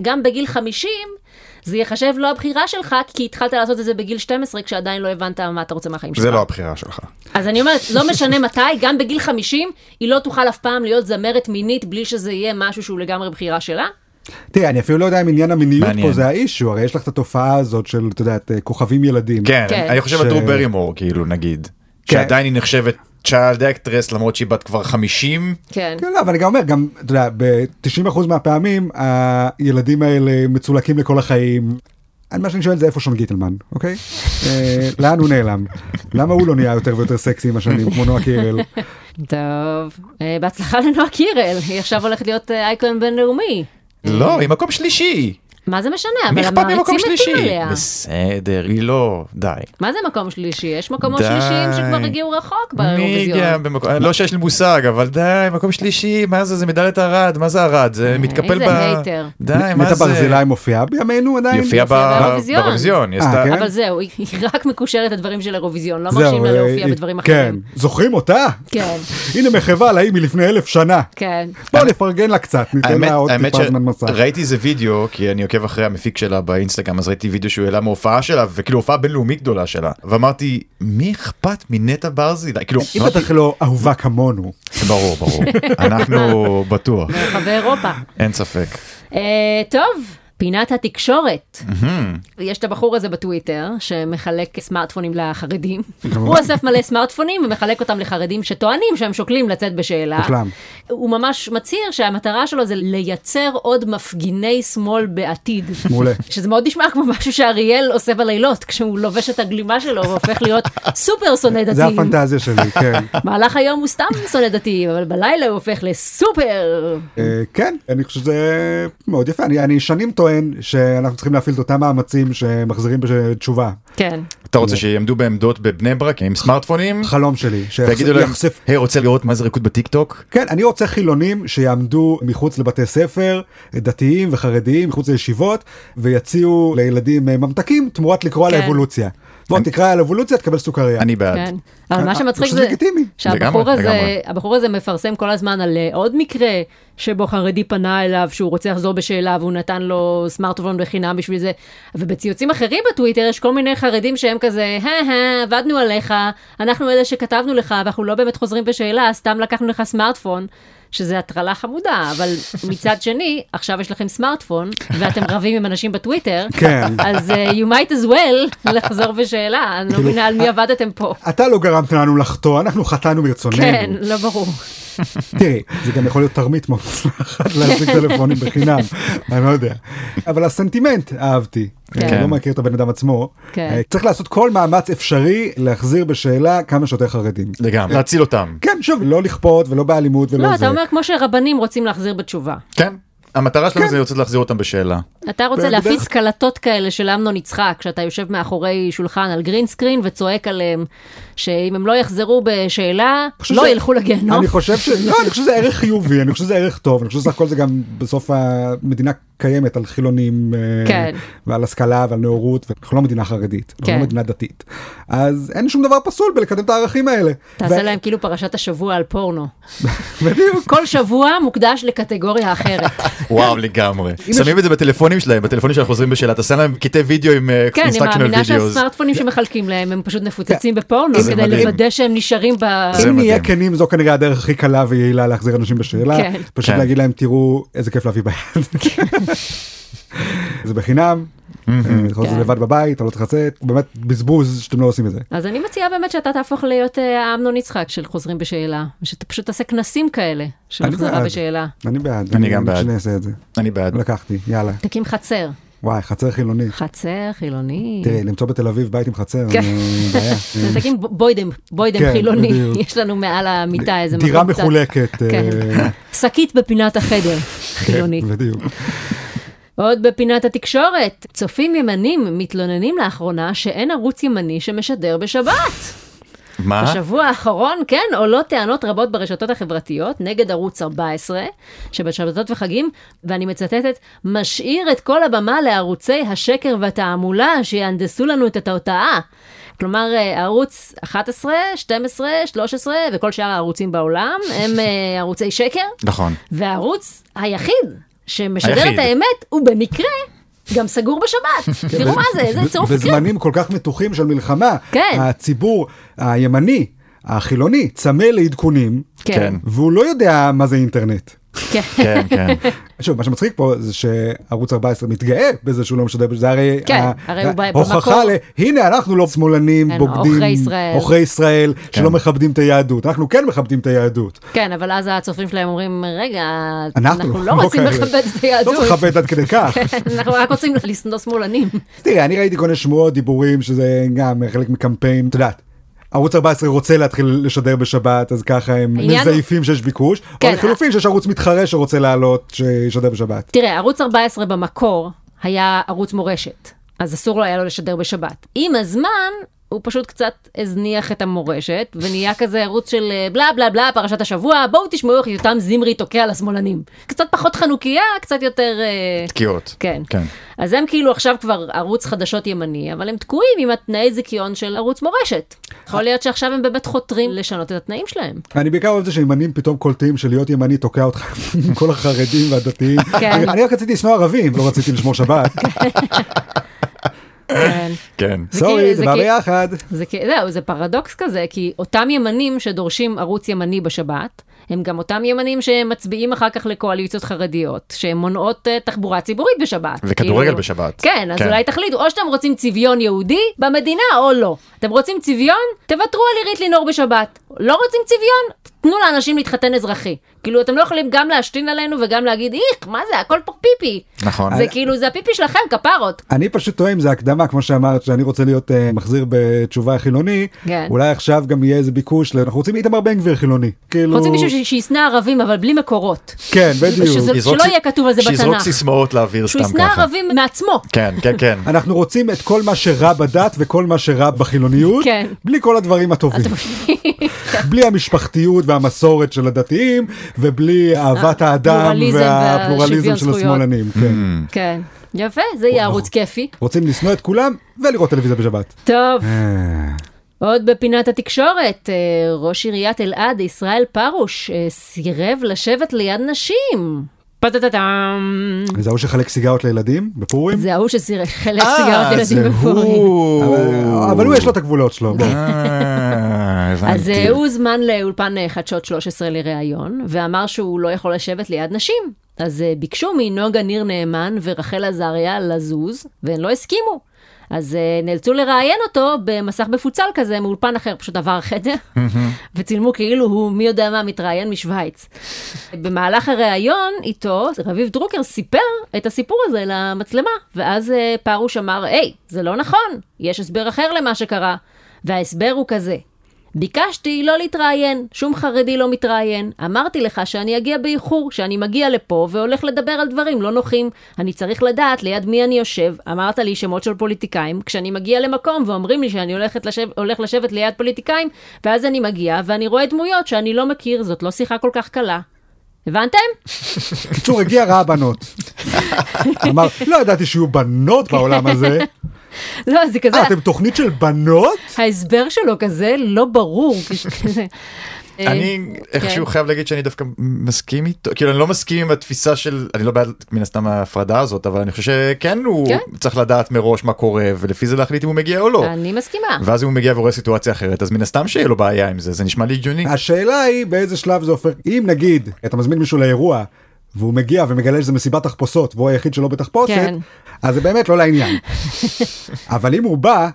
[SPEAKER 2] גם בגיל 50, זה ייחשב לא הבחירה שלך, כי התחלת לעשות את זה בגיל 12 כשעדיין לא הבנת מה אתה רוצה מהחיים שלך.
[SPEAKER 3] זה לא הבחירה שלך.
[SPEAKER 2] אז אני אומרת, לא משנה מתי, גם בגיל 50, היא לא תוכל אף פעם להיות זמרת מינית בלי שזה יהיה משהו שהוא לגמרי בחירה שלה.
[SPEAKER 1] תראה, אני אפילו לא יודע אם עניין המיניות
[SPEAKER 3] מעניין.
[SPEAKER 1] פה זה האישו, הרי יש לך את התופעה הזאת של, אתה יודע, את, אה, כוכבים ילדים.
[SPEAKER 3] כן,
[SPEAKER 2] כן.
[SPEAKER 3] אני חושב
[SPEAKER 1] ש-
[SPEAKER 3] על דרו ברימור כאילו נגיד,
[SPEAKER 1] כן.
[SPEAKER 3] שעדיין היא נחשבת צ'יילד אקטרס למרות שהיא בת כבר 50,
[SPEAKER 2] כן.
[SPEAKER 1] כן, לא, אבל אני גם אומר, גם, אתה יודע, ב-90% מהפעמים הילדים האלה מצולקים לכל החיים. אני- מה שאני שואל זה איפה שון גיטלמן, אוקיי? אה, לאן הוא נעלם? למה הוא לא נהיה יותר ויותר סקסי עם השנים, כמו נועה קירל?
[SPEAKER 2] טוב. אה, בהצלחה לנועה קירל, היא עכשיו הולכת להיות אה, אייקון בינלאומי.
[SPEAKER 3] לא, היא מקום שלישי,
[SPEAKER 2] מה זה משנה?
[SPEAKER 3] מי
[SPEAKER 2] אבל
[SPEAKER 3] אכפת ממקום
[SPEAKER 2] המעריצים מתים
[SPEAKER 3] שלישי,
[SPEAKER 2] עליה.
[SPEAKER 3] בסדר, היא לא, די.
[SPEAKER 2] מה זה מקום שלישי? יש מקומות
[SPEAKER 3] די.
[SPEAKER 2] שלישיים שכבר הגיעו רחוק
[SPEAKER 3] מי הגיע
[SPEAKER 2] באירוויזיון.
[SPEAKER 3] במקום, לא שיש לי מושג, אבל די, מקום שלישי, מה זה, זה מדליית ארד, מה זה ארד, זה מתקפל ב...
[SPEAKER 2] איזה הייטר.
[SPEAKER 3] די,
[SPEAKER 1] נטע
[SPEAKER 3] מה זה?
[SPEAKER 1] ברזילי מופיעה בימינו עדיין?
[SPEAKER 3] יופיע ב-
[SPEAKER 2] באירוויזיון.
[SPEAKER 3] באירוויזיון, היא
[SPEAKER 1] אה,
[SPEAKER 3] עשתה-
[SPEAKER 1] כן?
[SPEAKER 2] אבל זהו, היא היא רק מקושרת לדברים של אירוויזיון, לא
[SPEAKER 1] זהו,
[SPEAKER 2] מרשים לה
[SPEAKER 1] אה,
[SPEAKER 2] להופיע
[SPEAKER 1] היא-
[SPEAKER 2] בדברים אחרים.
[SPEAKER 1] כן, זוכרים אותה?
[SPEAKER 2] כן,
[SPEAKER 1] הנה מחווה על ההיא מלפני אלף שנה.
[SPEAKER 2] כן.
[SPEAKER 1] בואו נפרגן לה קצת, ניתן
[SPEAKER 3] האמת,
[SPEAKER 1] לה עוד
[SPEAKER 3] האמת
[SPEAKER 1] טיפה זמן לא מסך.
[SPEAKER 3] שראיתי איזה וידאו, כי אני עוקב אחרי המפיק שלה באינסטגרם, אז ראיתי וידאו שהוא העלה מהופעה שלה, וכאילו הופעה בינלאומית גדולה שלה, ואמרתי, מי אכפת מנטע ברזילי? כאילו,
[SPEAKER 1] אם
[SPEAKER 3] אמרתי,
[SPEAKER 1] בטח לא אהובה כמונו.
[SPEAKER 3] ברור, ברור, אנחנו בטוח,
[SPEAKER 2] מרחבי אירופה.
[SPEAKER 3] אין ספק.
[SPEAKER 2] אה, טוב, פינת התקשורת. יש את הבחור הזה בטוויטר שמחלק סמארטפונים לחרדים. הוא
[SPEAKER 1] לא.
[SPEAKER 2] אוסף מלא סמארטפונים ומחלק אותם לחרדים שטוענים שהם שוקלים לצאת בשאלה.
[SPEAKER 1] מושלם.
[SPEAKER 2] הוא ממש מצהיר שהמטרה שלו זה לייצר עוד מפגיני שמאל בעתיד.
[SPEAKER 1] מעולה.
[SPEAKER 2] שזה מאוד נשמע כמו משהו שאריאל עושה בלילות, כשהוא לובש את הגלימה שלו והופך להיות סופר שונא דתיים.
[SPEAKER 1] זה הפנטזיה שלי, כן.
[SPEAKER 2] במהלך היום הוא סתם שונא דתיים, אבל בלילה הוא הופך לסופר.
[SPEAKER 1] אה, כן, אני חושב שזה מאוד יפה. אני אני שנים טוען שאנחנו צריכים להפעיל את אותם מאמצים שמחזירים בתשובה.
[SPEAKER 2] כן.
[SPEAKER 3] אתה רוצה שיעמדו בעמדות בבני ברק עם סמארטפונים?
[SPEAKER 1] חלום שלי, שיחשף-
[SPEAKER 3] ויגידו להם,
[SPEAKER 1] יחשף-
[SPEAKER 3] היי רוצה לראות מה זה ריקוד בטיקטוק?
[SPEAKER 1] כן, אני רוצה חילונים שיעמדו מחוץ לבתי ספר, דתיים וחרדיים, מחוץ לישיבות, ויציעו לילדים אה, ממתקים תמורת לקרוא על
[SPEAKER 2] כן.
[SPEAKER 1] האבולוציה. בוא תקרא על האבולוציה, תקבל סוכריה.
[SPEAKER 3] אני בעד.
[SPEAKER 2] כן. אבל מה
[SPEAKER 1] אה,
[SPEAKER 2] שמצחיק
[SPEAKER 1] שזה
[SPEAKER 2] זה
[SPEAKER 1] לגיטימי.
[SPEAKER 2] שהבחור
[SPEAKER 3] לגמרי,
[SPEAKER 2] הזה,
[SPEAKER 3] לגמרי.
[SPEAKER 2] הבחור הזה מפרסם כל הזמן על אה, עוד מקרה שבו חרדי פנה אליו שהוא רוצה לחזור בשאלה והוא נתן לו סמארטפון בחינם בשביל זה. ובציוצים אחרים בטוויטר יש כל מיני חרדים שהם כזה, הא עבדנו עליך, אנחנו אלה שכתבנו לך ואנחנו לא באמת חוזרים בשאלה, סתם לקחנו לך סמארטפון. שזה הטרלה חמודה, אבל מצד שני, עכשיו יש לכם סמארטפון, ואתם רבים עם אנשים בטוויטר,
[SPEAKER 1] כן.
[SPEAKER 2] אז אה, you might as well לחזור בשאלה, אני לא מבינה על מי עבדתם פה.
[SPEAKER 1] אתה לא גרמת לנו לחטוא, אנחנו חטאנו מרצוננו.
[SPEAKER 2] כן, לא ברור.
[SPEAKER 1] תראי, זה גם יכול להיות תרמית מאוד מוצלחת להשיג טלפונים בחינם, אני לא יודע. אבל הסנטימנט אהבתי.
[SPEAKER 2] כן.
[SPEAKER 1] אני לא מכיר את הבן אדם עצמו.
[SPEAKER 2] כן.
[SPEAKER 1] אה, צריך לעשות כל מאמץ אפשרי להחזיר בשאלה כמה שיותר חרדים.
[SPEAKER 3] לגמרי. להציל אותם.
[SPEAKER 1] כן, שוב, לא לכפות ולא באלימות ולא זה.
[SPEAKER 2] לא, אתה אומר כמו שרבנים רוצים להחזיר בתשובה.
[SPEAKER 3] כן. המטרה שלנו זה לרצות להחזיר אותם בשאלה.
[SPEAKER 2] אתה רוצה
[SPEAKER 3] בדרך-
[SPEAKER 2] להפיץ קלטות כאלה של אמנון יצחק, כשאתה יושב מאחורי שולחן על גרין סקרין וצועק עליהם, שאם הם לא יחזרו בשאלה,
[SPEAKER 1] חושב
[SPEAKER 2] לא
[SPEAKER 1] ש-
[SPEAKER 2] ילכו לגיהנום.
[SPEAKER 1] אני חושב ש... לא, אני חושב שזה ערך חיובי, אני חושב שזה ערך טוב, אני חושב שסך הכל זה גם בסוף המדינה קיימת על חילונים, אה,
[SPEAKER 2] כן.
[SPEAKER 1] ועל השכלה ועל נאורות, ואנחנו לא מדינה חרדית, אנחנו
[SPEAKER 2] כן.
[SPEAKER 1] לא מדינה דתית. אז אין שום דבר פסול בלקדם את הערכים האלה.
[SPEAKER 2] תעשה
[SPEAKER 1] ו-
[SPEAKER 2] להם כאילו פרשת השבוע על פורנו.
[SPEAKER 1] בדיוק.
[SPEAKER 2] כל שבוע מוקדש לקטגוריה אחרת.
[SPEAKER 3] וואו לגמרי. שמים את זה בטלפונים שלהם, בטלפונים של החוזרים בשאלה, תעשה להם קטעי וידאו עם אה,
[SPEAKER 2] כן, אני
[SPEAKER 3] instructional
[SPEAKER 2] מאמינה
[SPEAKER 3] videos.
[SPEAKER 2] שהסמארטפונים שמחלקים להם, הם פשוט מפוצצים
[SPEAKER 1] כן.
[SPEAKER 2] בפורנו,
[SPEAKER 3] זה
[SPEAKER 2] כדי
[SPEAKER 3] מדהים.
[SPEAKER 2] לוודא שהם נשארים ב...
[SPEAKER 3] זה
[SPEAKER 1] אם נהיה
[SPEAKER 3] מדהים.
[SPEAKER 1] כנים זו כנראה הדרך הכי קלה ויעילה להחזיר אנשים בשאלה,
[SPEAKER 2] כן.
[SPEAKER 1] פשוט
[SPEAKER 3] כן.
[SPEAKER 1] להגיד להם תראו איזה כיף להביא ביד. זה בחינם, אה, אתה יכול
[SPEAKER 2] כן.
[SPEAKER 1] לעשות את זה לבד בבית, אתה לא צריך לצאת, באמת בזבוז שאתם לא עושים את זה.
[SPEAKER 2] אז אני מציעה באמת שאתה תהפוך להיות אה, האמנון יצחק של חוזרים בשאלה, ושאתה פשוט תעשה כנסים כאלה של
[SPEAKER 1] אני
[SPEAKER 2] חזרה
[SPEAKER 1] בעד.
[SPEAKER 2] בשאלה.
[SPEAKER 1] אני בעד,
[SPEAKER 3] אני גם בעד.
[SPEAKER 1] שאני אעשה את זה.
[SPEAKER 3] אני בעד.
[SPEAKER 1] לקחתי, יאללה.
[SPEAKER 2] תקים חצר.
[SPEAKER 1] וואי, חצר חילונית.
[SPEAKER 2] חצר, חילוני.
[SPEAKER 1] תראי, למצוא בתל אביב בית עם חצר,
[SPEAKER 2] כן.
[SPEAKER 1] אה, בעיה.
[SPEAKER 2] תקים ב- בוידם, בוידם
[SPEAKER 1] כן,
[SPEAKER 2] חילוני.
[SPEAKER 1] בדיוק.
[SPEAKER 2] יש לנו מעל המיטה איזה
[SPEAKER 1] דירה
[SPEAKER 2] קצת.
[SPEAKER 1] מחולקת. אה, כן.
[SPEAKER 2] כן. שקית בפינת החדר, חילוני.
[SPEAKER 1] בדיוק.
[SPEAKER 2] עוד בפינת התקשורת, צופים ימנים מתלוננים לאחרונה שאין ערוץ ימני שמשדר בשבת.
[SPEAKER 3] מה?
[SPEAKER 2] בשבוע האחרון, כן, עולות טענות רבות ברשתות החברתיות נגד ערוץ 14, שבשבתות וחגים, ואני מצטטת, משאיר את כל הבמה לערוצי השקר והתעמולה שיהנדסו לנו את התודעה. כלומר, אה, ערוץ 11, 12, 13 וכל שאר הערוצים בעולם הם אה, ערוצי שקר,
[SPEAKER 3] נכון.
[SPEAKER 2] והערוץ היחיד שמשדר
[SPEAKER 3] היחיד.
[SPEAKER 2] את האמת הוא במקרה גם סגור בשבת.
[SPEAKER 1] כן,
[SPEAKER 2] תראו מה זה, זה צירוף מקרים.
[SPEAKER 1] בזמנים כל כך מתוחים של מלחמה,
[SPEAKER 2] כן.
[SPEAKER 1] הציבור הימני, החילוני, צמא לעדכונים,
[SPEAKER 2] כן,
[SPEAKER 1] והוא לא יודע מה זה אינטרנט.
[SPEAKER 2] כן.
[SPEAKER 3] כן, כן.
[SPEAKER 1] שוב, מה שמצחיק פה זה שערוץ 14 מתגאה בזה שהוא לא משדר, זה הרי
[SPEAKER 2] כן,
[SPEAKER 1] ה-
[SPEAKER 2] הרי הוא ב-
[SPEAKER 1] הוכחה
[SPEAKER 2] במקור-
[SPEAKER 1] ל... הנה, אנחנו לא שמאלנים,
[SPEAKER 2] כן,
[SPEAKER 1] בוגדים,
[SPEAKER 2] עוכרי ישראל.
[SPEAKER 1] עוכרי ישראל, שלא
[SPEAKER 3] כן.
[SPEAKER 1] מכבדים את היהדות. אנחנו כן מכבדים את היהדות.
[SPEAKER 2] כן, אבל אז הצופים שלהם אומרים, רגע,
[SPEAKER 1] אנחנו
[SPEAKER 2] אנחנו לא
[SPEAKER 1] לא
[SPEAKER 2] רוצים
[SPEAKER 1] כאלה."
[SPEAKER 2] לכבד את
[SPEAKER 1] לא
[SPEAKER 2] היהדות. כן,
[SPEAKER 1] צריך לכבד עד כדי כך.
[SPEAKER 2] אנחנו רק רוצים לשנוא שמאלנים.
[SPEAKER 1] תראה, אני ראיתי כל מיני שמועות, דיבורים, שזה גם חלק מקמפיין, את יודעת. ערוץ 14 רוצה להתחיל לשדר בשבת, אז ככה הם
[SPEAKER 2] העניין הוא-
[SPEAKER 1] מזייפים שיש ביקוש,
[SPEAKER 2] כן,
[SPEAKER 1] או לחילופין שיש ערוץ מתחרה שרוצה לעלות, שישדר בשבת.
[SPEAKER 2] תראה, ערוץ 14 במקור היה ערוץ מורשת, אז אסור לו היה לו לשדר בשבת. עם הזמן, הוא פשוט קצת הזניח את המורשת, ונהיה כזה ערוץ של אה, בלה בלה בלה, פרשת השבוע, בואו תשמעו איך יותם זמרי תוקע לשמאלנים. קצת פחות חנוכיה, קצת יותר... אה,
[SPEAKER 3] תקיעות.
[SPEAKER 2] כן.
[SPEAKER 3] כן.
[SPEAKER 2] אז הם כאילו עכשיו כבר ערוץ חדשות ימני, אבל הם תקועים עם התנאי זיכיון של ערוץ מורשת. יכול להיות שעכשיו הם באמת חותרים לשנות את התנאים שלהם.
[SPEAKER 1] אני בעיקר אוהב את זה שימנים פתאום קולטים שלהיות ימני תוקע אותך עם כל החרדים והדתיים.
[SPEAKER 2] כן.
[SPEAKER 1] אני רק רציתי לשנוא ערבים, לא רציתי לשמור שבת.
[SPEAKER 2] כן.
[SPEAKER 3] כן.
[SPEAKER 2] זה כאילו-
[SPEAKER 1] סורי,
[SPEAKER 2] זה
[SPEAKER 1] זה בא
[SPEAKER 2] כאילו-
[SPEAKER 1] ביחד.
[SPEAKER 2] זה כי- זהו, זה פרדוקס כזה, כי אותם ימנים שדורשים ערוץ ימני בשבת, הם גם אותם ימנים שמצביעים אחר כך לקואליציות חרדיות, שהן מונעות אה, תחבורה ציבורית בשבת.
[SPEAKER 3] וכדורגל בשבת.
[SPEAKER 2] כן, אז
[SPEAKER 3] כן.
[SPEAKER 2] אולי תחליטו, או שאתם רוצים צביון יהודי במדינה או לא. אתם רוצים צביון? תוותרו על עירית לינור בשבת. לא רוצים צביון? תנו לאנשים להתחתן אזרחי. כאילו, אתם לא יכולים גם להשתין עלינו וגם להגיד, איך, מה זה, הכל פה פיפי.
[SPEAKER 3] נכון.
[SPEAKER 2] זה כאילו, זה הפיפי שלכם, כפרות.
[SPEAKER 1] אני פשוט תוהה אם זה הקדמה, כמו שאמרת, שאני רוצה להיות אה, מחזיר בתשובה חילוני,
[SPEAKER 2] כן.
[SPEAKER 1] אולי עכשיו גם יהיה איזה ביקוש, ל- אנחנו רוצים איתמר בן גביר חילוני. כאילו...
[SPEAKER 2] רוצים מישהו ש- שישנא ערבים, אבל בלי מקורות.
[SPEAKER 1] כן, בדיוק.
[SPEAKER 2] שזה-
[SPEAKER 3] יזרוק
[SPEAKER 2] שלא
[SPEAKER 3] ס-
[SPEAKER 2] יהיה כתוב על זה
[SPEAKER 3] שיזרוק
[SPEAKER 2] בתנ"ך.
[SPEAKER 3] סיסמאות לאוויר סתם
[SPEAKER 2] שהוא
[SPEAKER 3] ככה.
[SPEAKER 2] ישנא ערבים מעצמו.
[SPEAKER 3] כן, כן, כן.
[SPEAKER 1] אנחנו רוצים את כל מה שרע בדת וכל מה שרע בחילוניות,
[SPEAKER 2] כן.
[SPEAKER 1] בלי כל הדברים הטובים. בלי המשפחתיות והמסורת של הדתיים, ובלי אהבת האדם
[SPEAKER 2] הפלורליזם והשוויון
[SPEAKER 1] והפלורליזם של
[SPEAKER 2] זכויות.
[SPEAKER 1] השמאלנים. כן.
[SPEAKER 2] כן. יפה, זה יהיה ערוץ כיפי.
[SPEAKER 1] רוצים לשנוא את כולם ולראות טלוויזיה בשבת.
[SPEAKER 2] טוב. עוד בפינת התקשורת, אה, ראש עיריית אלעד, ישראל פרוש, אה, סירב לשבת ליד נשים. פטטטם.
[SPEAKER 1] זה ההוא שחלק סיגרות לילדים בפורים?
[SPEAKER 2] זה ההוא שסירב חלק
[SPEAKER 3] אה,
[SPEAKER 2] סיגרות
[SPEAKER 3] זה
[SPEAKER 2] ילדים בפורים.
[SPEAKER 3] הוא.
[SPEAKER 1] אבל- אבל הוא יש לו את הגבולות שלו. בוא.
[SPEAKER 3] אה, הבנתי.
[SPEAKER 2] אז אה, הוא הוזמן לאולפן אה, חדשות 13 לראיון, ואמר שהוא לא יכול לשבת ליד נשים. אז אה, ביקשו מנוגה ניר נאמן ורחל עזריה לזוז, והן לא הסכימו. אז אה, נאלצו לראיין אותו במסך מפוצל כזה מאולפן אחר, פשוט עבר חדר, וצילמו כאילו הוא מי יודע מה מתראיין משוויץ. במהלך הראיון איתו, רביב דרוקר סיפר את הסיפור הזה למצלמה, ואז אה, פרוש אמר, היי, זה לא נכון, יש הסבר אחר למה שקרה. וההסבר הוא כזה, ביקשתי לא להתראיין, שום חרדי לא מתראיין. אמרתי לך שאני אגיע באיחור, שאני מגיע לפה והולך לדבר על דברים לא נוחים. אני צריך לדעת ליד מי אני יושב. אמרת לי שמות של פוליטיקאים, כשאני מגיע למקום ואומרים לי שאני הולכת לשב, הולך לשבת ליד פוליטיקאים, ואז אני מגיע ואני רואה דמויות שאני לא מכיר, זאת לא שיחה כל כך קלה. הבנתם?
[SPEAKER 1] בקיצור, הגיע רע הבנות. אמר, לא ידעתי שיהיו בנות בעולם הזה.
[SPEAKER 2] לא, זה כזה,
[SPEAKER 1] אה, אתם תוכנית של בנות?
[SPEAKER 2] ההסבר שלו כזה לא ברור. כזה. אה,
[SPEAKER 3] אני איכשהו
[SPEAKER 2] כן.
[SPEAKER 3] חייב להגיד שאני דווקא מסכים איתו, כאילו אני לא מסכים עם התפיסה של, אני לא בעד מן הסתם ההפרדה הזאת, אבל אני חושב שכן הוא
[SPEAKER 2] כן.
[SPEAKER 3] צריך לדעת מראש מה קורה, ולפי זה להחליט אם הוא מגיע או לא.
[SPEAKER 2] אני מסכימה.
[SPEAKER 3] ואז אם הוא מגיע ורואה סיטואציה אחרת, אז מן הסתם שיהיה לו בעיה עם זה, זה נשמע לי הגיוני.
[SPEAKER 1] השאלה היא באיזה שלב זה הופך, אם נגיד אתה מזמין מישהו לאירוע והוא מגיע ומגלה שזה מסיבת תחפושות והוא היחיד שלא בתחפושת,
[SPEAKER 2] כן.
[SPEAKER 1] אז זה באמת לא לעניין. אבל אם הוא בא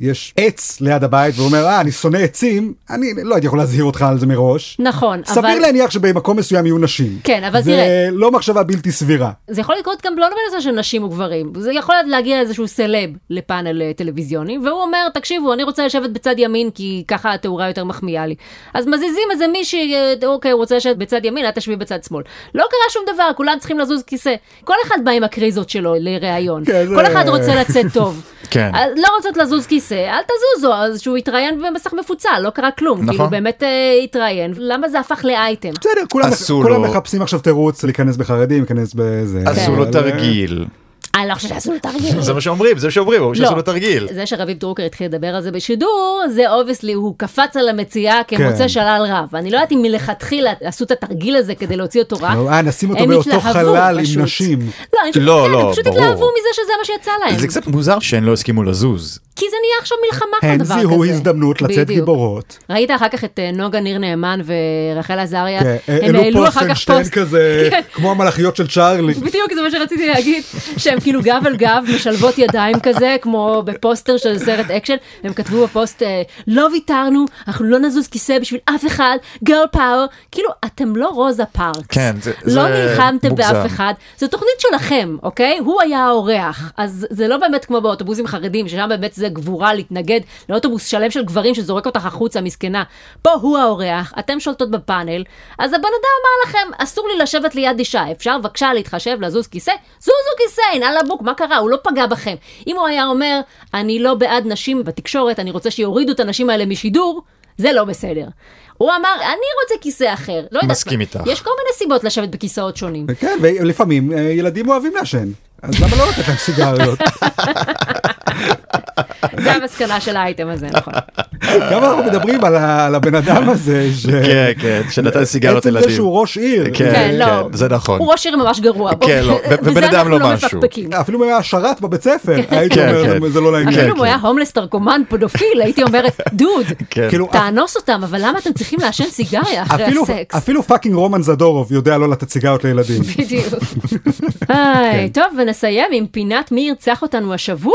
[SPEAKER 1] ויש עץ ליד הבית והוא אומר אה אני שונא עצים, אני לא הייתי יכול להזהיר אותך על זה מראש.
[SPEAKER 2] נכון,
[SPEAKER 1] סביר
[SPEAKER 2] אבל-
[SPEAKER 1] להניח שבמקום מסוים יהיו נשים.
[SPEAKER 2] כן, אבל
[SPEAKER 1] זה
[SPEAKER 2] תראה-
[SPEAKER 1] לא מחשבה בלתי סבירה.
[SPEAKER 2] זה יכול לקרות גם לא בנושא של נשים וגברים, זה יכול להגיע איזשהו סלב לפאנל אה, טלוויזיוני, והוא אומר, תקשיבו, אני רוצה לשבת בצד ימין כי ככה התאורה יותר מחמיאה לי. אז מזיזים איזה מישהי, אה, אוקיי, הוא רוצה לשבת בצד ימין, את תשבי בצד שמאל. לא קרה שום דבר, כולם צריכים לזוז כיסא. כל אחד בא עם הקריזות שלו לראיון.
[SPEAKER 1] כן, זה-
[SPEAKER 2] כל אחד רוצה לצאת טוב.
[SPEAKER 3] כן.
[SPEAKER 2] אז לא רוצות לזוז כיסא, אל תזוזו, אז שהוא יתראיין במסך מפוצל, לא קרה כלום.
[SPEAKER 3] נכון.
[SPEAKER 2] כאילו, באמת אה, התראיין. למה זה הפך לאייטם?
[SPEAKER 1] בסדר, כולם,
[SPEAKER 3] עשו
[SPEAKER 1] כולם
[SPEAKER 3] לו-
[SPEAKER 1] מחפשים עכשיו תירוץ להיכנס בחרדים, להיכנס בזה.
[SPEAKER 2] כן.
[SPEAKER 3] עשו לו
[SPEAKER 1] אבל- אה,
[SPEAKER 3] תרגיל.
[SPEAKER 2] אני לא חושבת שעשו לו תרגיל.
[SPEAKER 3] זה מה שאומרים, זה מה שאומרים,
[SPEAKER 2] לא.
[SPEAKER 3] אומרים שעשו לו לא תרגיל.
[SPEAKER 2] זה שרביב דרוקר התחיל לדבר על זה בשידור, זה אובייסלי, הוא קפץ על המציאה כמוצא
[SPEAKER 1] כן.
[SPEAKER 2] שלל רב. אני לא יודעת אם מלכתחילה עשו את התרגיל הזה כדי להוציא אותו רע.
[SPEAKER 1] אה, נשים אותו
[SPEAKER 2] הם
[SPEAKER 1] באותו
[SPEAKER 2] התלהבו
[SPEAKER 1] חלל עם
[SPEAKER 2] פשוט.
[SPEAKER 1] נשים.
[SPEAKER 2] לא, אני חושבת
[SPEAKER 3] לא,
[SPEAKER 2] שכן,
[SPEAKER 3] לא,
[SPEAKER 2] הם פשוט
[SPEAKER 3] ברור.
[SPEAKER 2] התלהבו מזה שזה מה שיצא להם.
[SPEAKER 3] זה קצת מוזר שהן לא הסכימו לזוז.
[SPEAKER 2] כי זה נהיה עכשיו מלחמה
[SPEAKER 1] הן
[SPEAKER 2] כל דבר כזה.
[SPEAKER 1] זיהו כן, הזדמנות לצאת
[SPEAKER 2] בדיוק.
[SPEAKER 1] גיבורות.
[SPEAKER 2] ראית אחר כך את אה, נוגה ניר נאמן ורחל עזריה,
[SPEAKER 1] כן,
[SPEAKER 2] הם העלו אה, אחר כך
[SPEAKER 1] פוסטנשטיין
[SPEAKER 2] פוסט, כן.
[SPEAKER 1] כזה, כמו המלאכיות של צ'ארלי.
[SPEAKER 2] בדיוק זה מה שרציתי להגיד, שהם כאילו גב על גב משלבות ידיים כזה, כמו בפוסטר של סרט אקשן, הם כתבו בפוסט, אה, לא ויתרנו, אנחנו לא נזוז כיסא בשביל אף אחד, גרל פאוור, כאילו אתם לא רוזה פארקס,
[SPEAKER 3] כן, זה-
[SPEAKER 2] לא
[SPEAKER 3] זה
[SPEAKER 2] נלחמתם
[SPEAKER 3] מוגזם.
[SPEAKER 2] באף אחד, זו תוכנית שלכם, אוקיי? הוא היה האורח, אז זה לא באמת כמו באוטובוסים חרדים, ששם באמת זה גבורה להתנגד לאוטובוס שלם של גברים שזורק אותך החוצה, מסכנה. פה הוא האורח, אתם שולטות בפאנל, אז הבן אדם אמר לכם, אסור לי לשבת ליד אישה, אפשר בבקשה להתחשב, לזוז כיסא? זוזו כיסא, אין על הבוק, מה קרה? הוא לא פגע בכם. אם הוא היה אומר, אני לא בעד נשים בתקשורת, אני רוצה שיורידו את הנשים האלה משידור, זה לא בסדר. הוא אמר, אני רוצה כיסא אחר. לא יודעת
[SPEAKER 3] מסכים
[SPEAKER 2] מה.
[SPEAKER 3] איתך.
[SPEAKER 2] יש כל מיני סיבות לשבת בכיסאות שונים.
[SPEAKER 1] כן, ולפעמים אה, ילדים אוהבים לעשן. אז למה לא לתת להם סיגריות?
[SPEAKER 2] זה המסקנה של האייטם הזה, נכון.
[SPEAKER 3] אה,
[SPEAKER 1] גם אנחנו מדברים על ה- על הבן אדם הזה, ש...
[SPEAKER 3] כן, כן, שנתן סיגריות
[SPEAKER 1] עצם
[SPEAKER 3] ילדים.
[SPEAKER 1] זה שהוא ראש עיר.
[SPEAKER 3] כן,
[SPEAKER 2] כן, לא.
[SPEAKER 3] כן, זה נכון.
[SPEAKER 2] הוא ראש עיר ממש גרוע. בוא.
[SPEAKER 3] כן, לא, ב-
[SPEAKER 2] בזה
[SPEAKER 3] בבן אדם
[SPEAKER 2] אנחנו
[SPEAKER 3] לא משהו.
[SPEAKER 2] מפקפקים.
[SPEAKER 1] אפילו אם היה שרת בבית ספר, הייתי
[SPEAKER 3] כן,
[SPEAKER 1] אומר,
[SPEAKER 3] כן.
[SPEAKER 1] "זה- זה לא לעניין.
[SPEAKER 2] אפילו אם הוא היה הומלס טרקומן פדופיל, הייתי אומרת, דוד,
[SPEAKER 3] כן.
[SPEAKER 1] כאילו,
[SPEAKER 2] תאנוס אותם, אבל למה אתם צריכים לעשן סיגריה אחרי
[SPEAKER 1] אפילו-
[SPEAKER 2] הסקס?
[SPEAKER 1] אפילו פאקינג רומן זדורוב יודע לא לתת סיגריות לילדים.
[SPEAKER 2] בדיוק.
[SPEAKER 3] כן.
[SPEAKER 2] היי, טוב, ונסיים עם פינת מי ירצח אותנו השבוע.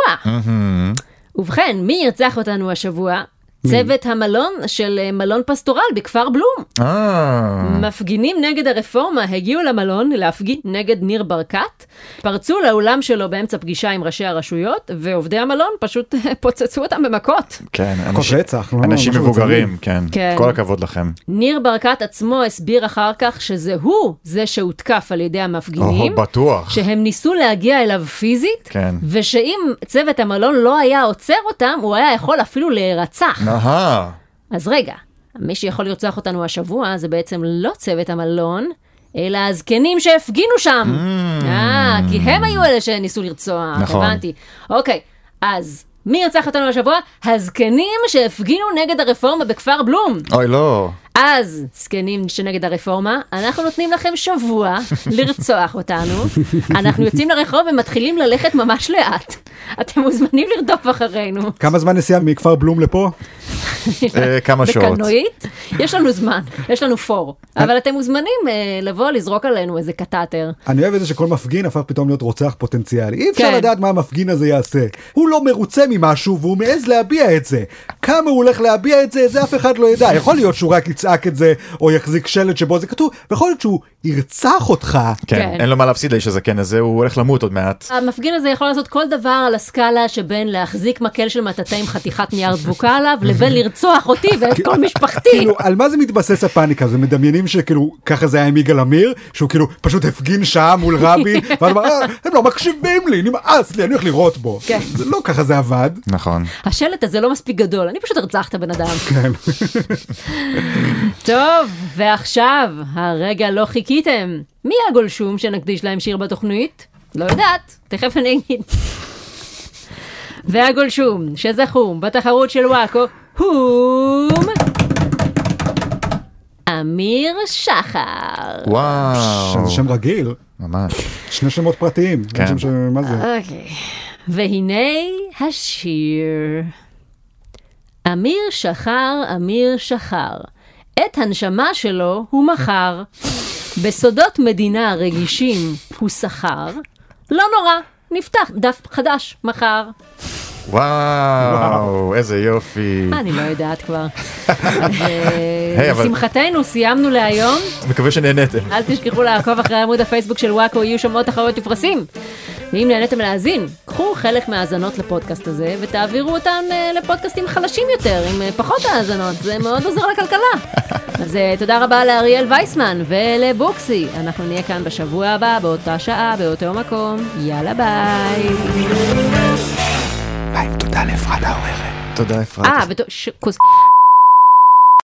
[SPEAKER 2] ובכן, מי ירצח אותנו השבוע? צוות המלון של אה, מלון פסטורל בכפר בלום.
[SPEAKER 3] אה,
[SPEAKER 2] מפגינים נגד הרפורמה הגיעו למלון להפגין נגד ניר ברקת, פרצו לאולם שלו באמצע פגישה עם ראשי הרשויות, ועובדי המלון פשוט פוצצו אותם במכות.
[SPEAKER 3] כן,
[SPEAKER 1] מכות
[SPEAKER 3] אנשים-
[SPEAKER 1] רצח, לא?
[SPEAKER 3] אנשים
[SPEAKER 1] משהו
[SPEAKER 3] מבוגרים, כן.
[SPEAKER 2] כן.
[SPEAKER 3] כל הכבוד לכם.
[SPEAKER 2] ניר ברקת עצמו הסביר אחר כך שזה הוא זה שהותקף על ידי המפגינים.
[SPEAKER 3] או, בטוח.
[SPEAKER 2] שהם ניסו להגיע אליו פיזית,
[SPEAKER 3] כן.
[SPEAKER 2] ושאם צוות המלון לא היה עוצר אותם, הוא היה יכול אפילו להירצח.
[SPEAKER 3] אהה,
[SPEAKER 2] אז רגע, מי שיכול לרצוח אותנו השבוע זה בעצם לא צוות המלון, אלא הזקנים שהפגינו שם. אה, כי הם היו אלה שניסו לרצוח,
[SPEAKER 3] נכון.
[SPEAKER 2] הבנתי. אוקיי, אז מי ירצח אותנו השבוע? הזקנים שהפגינו נגד הרפורמה בכפר בלום.
[SPEAKER 3] אוי לא.
[SPEAKER 2] אז, זקנים שנגד הרפורמה, אנחנו נותנים לכם שבוע לרצוח אותנו. אנחנו יוצאים לרחוב ומתחילים ללכת ממש לאט. אתם מוזמנים לרדוף אחרינו.
[SPEAKER 1] כמה זמן נסיעה מכפר בלום לפה?
[SPEAKER 3] אה, כמה שעות.
[SPEAKER 2] בקלנועית, יש לנו זמן, יש לנו פור. אבל אתם מוזמנים אה, לבוא לזרוק עלינו איזה קטטר.
[SPEAKER 1] אני אוהב את זה שכל מפגין הפך פתאום להיות רוצח פוטנציאלי. אי אפשר
[SPEAKER 2] כן.
[SPEAKER 1] לדעת מה המפגין הזה יעשה. הוא לא מרוצה ממשהו והוא מעז להביע את זה. כמה הוא הולך להביע את זה, זה אף אחד לא ידע. יכול להיות שהוא רק יצעק את זה, או יחזיק שלט שבו זה כתוב, ויכול להיות שהוא ירצח אותך.
[SPEAKER 3] כן,
[SPEAKER 2] כן.
[SPEAKER 3] אין לו מה להפסיד לאיש הזקן הזה, הוא הולך למות עוד מעט.
[SPEAKER 2] המפגין הזה יכול לעשות כל דבר על הסקאלה שבין להחזיק מקל של מטאטא עם חתיכת נייר דבוקה עליו, לבין לרצוח אותי ואת כל משפחתי.
[SPEAKER 1] כאילו, על מה זה מתבסס הפאניקה הזו? מדמיינים שכאילו, ככה זה היה עם יגאל עמיר, שהוא כאילו פשוט הפגין שעה מול רבין, ואז אמר, "אה, הם לא מקשיבים לי, נמאס לי, אני הולך לירות בו.
[SPEAKER 2] כן.
[SPEAKER 1] זה לא ככה זה עבד.
[SPEAKER 3] נכון.
[SPEAKER 2] השלט הזה לא מספיק גדול, אני פשוט ארצח את הבן אדם. טוב, ועכשיו, הרגע לא חיכיתם. מי הגולשום שנקדיש להם שיר בתוכנית? לא יודעת, תכף אני אגיד. והגולשום שזכו בתחרות של וואקו, הום... אמיר שחר.
[SPEAKER 3] וואו.
[SPEAKER 1] שזה שם רגיל,
[SPEAKER 3] ממש.
[SPEAKER 1] שני שמות פרטיים. אין
[SPEAKER 3] כן.
[SPEAKER 1] שם ש- מה זה?
[SPEAKER 2] אוקיי. והנה השיר. אמיר שחר, אמיר שחר. את הנשמה שלו הוא מכר. בסודות מדינה רגישים הוא שכר. לא נורא, נפתח דף חדש מחר.
[SPEAKER 3] וואו, איזה יופי.
[SPEAKER 2] אני לא יודעת כבר.
[SPEAKER 3] היי, אבל-
[SPEAKER 2] לשמחתנו סיימנו להיום.
[SPEAKER 3] מקווה שנהניתם.
[SPEAKER 2] אל תשכחו לעקוב אחרי עמוד הפייסבוק של וואקו, יהיו שם עוד תחרויות ופרסים. ואם נהניתם להאזין, קחו חלק מההאזנות לפודקאסט הזה ותעבירו אותן אה, לפודקאסטים חלשים יותר, עם אה, פחות האזנות, זה מאוד עוזר לכלכלה. אז אה, תודה רבה לאריאל וייסמן ולבוקסי. אנחנו נהיה כאן בשבוע הבא, באותה שעה, באותו מקום. יאללה ביי.
[SPEAKER 1] תודה לאפרת העורכת.
[SPEAKER 3] תודה,
[SPEAKER 2] אה,
[SPEAKER 3] אפרת.
[SPEAKER 2] ותו- ש- כוס...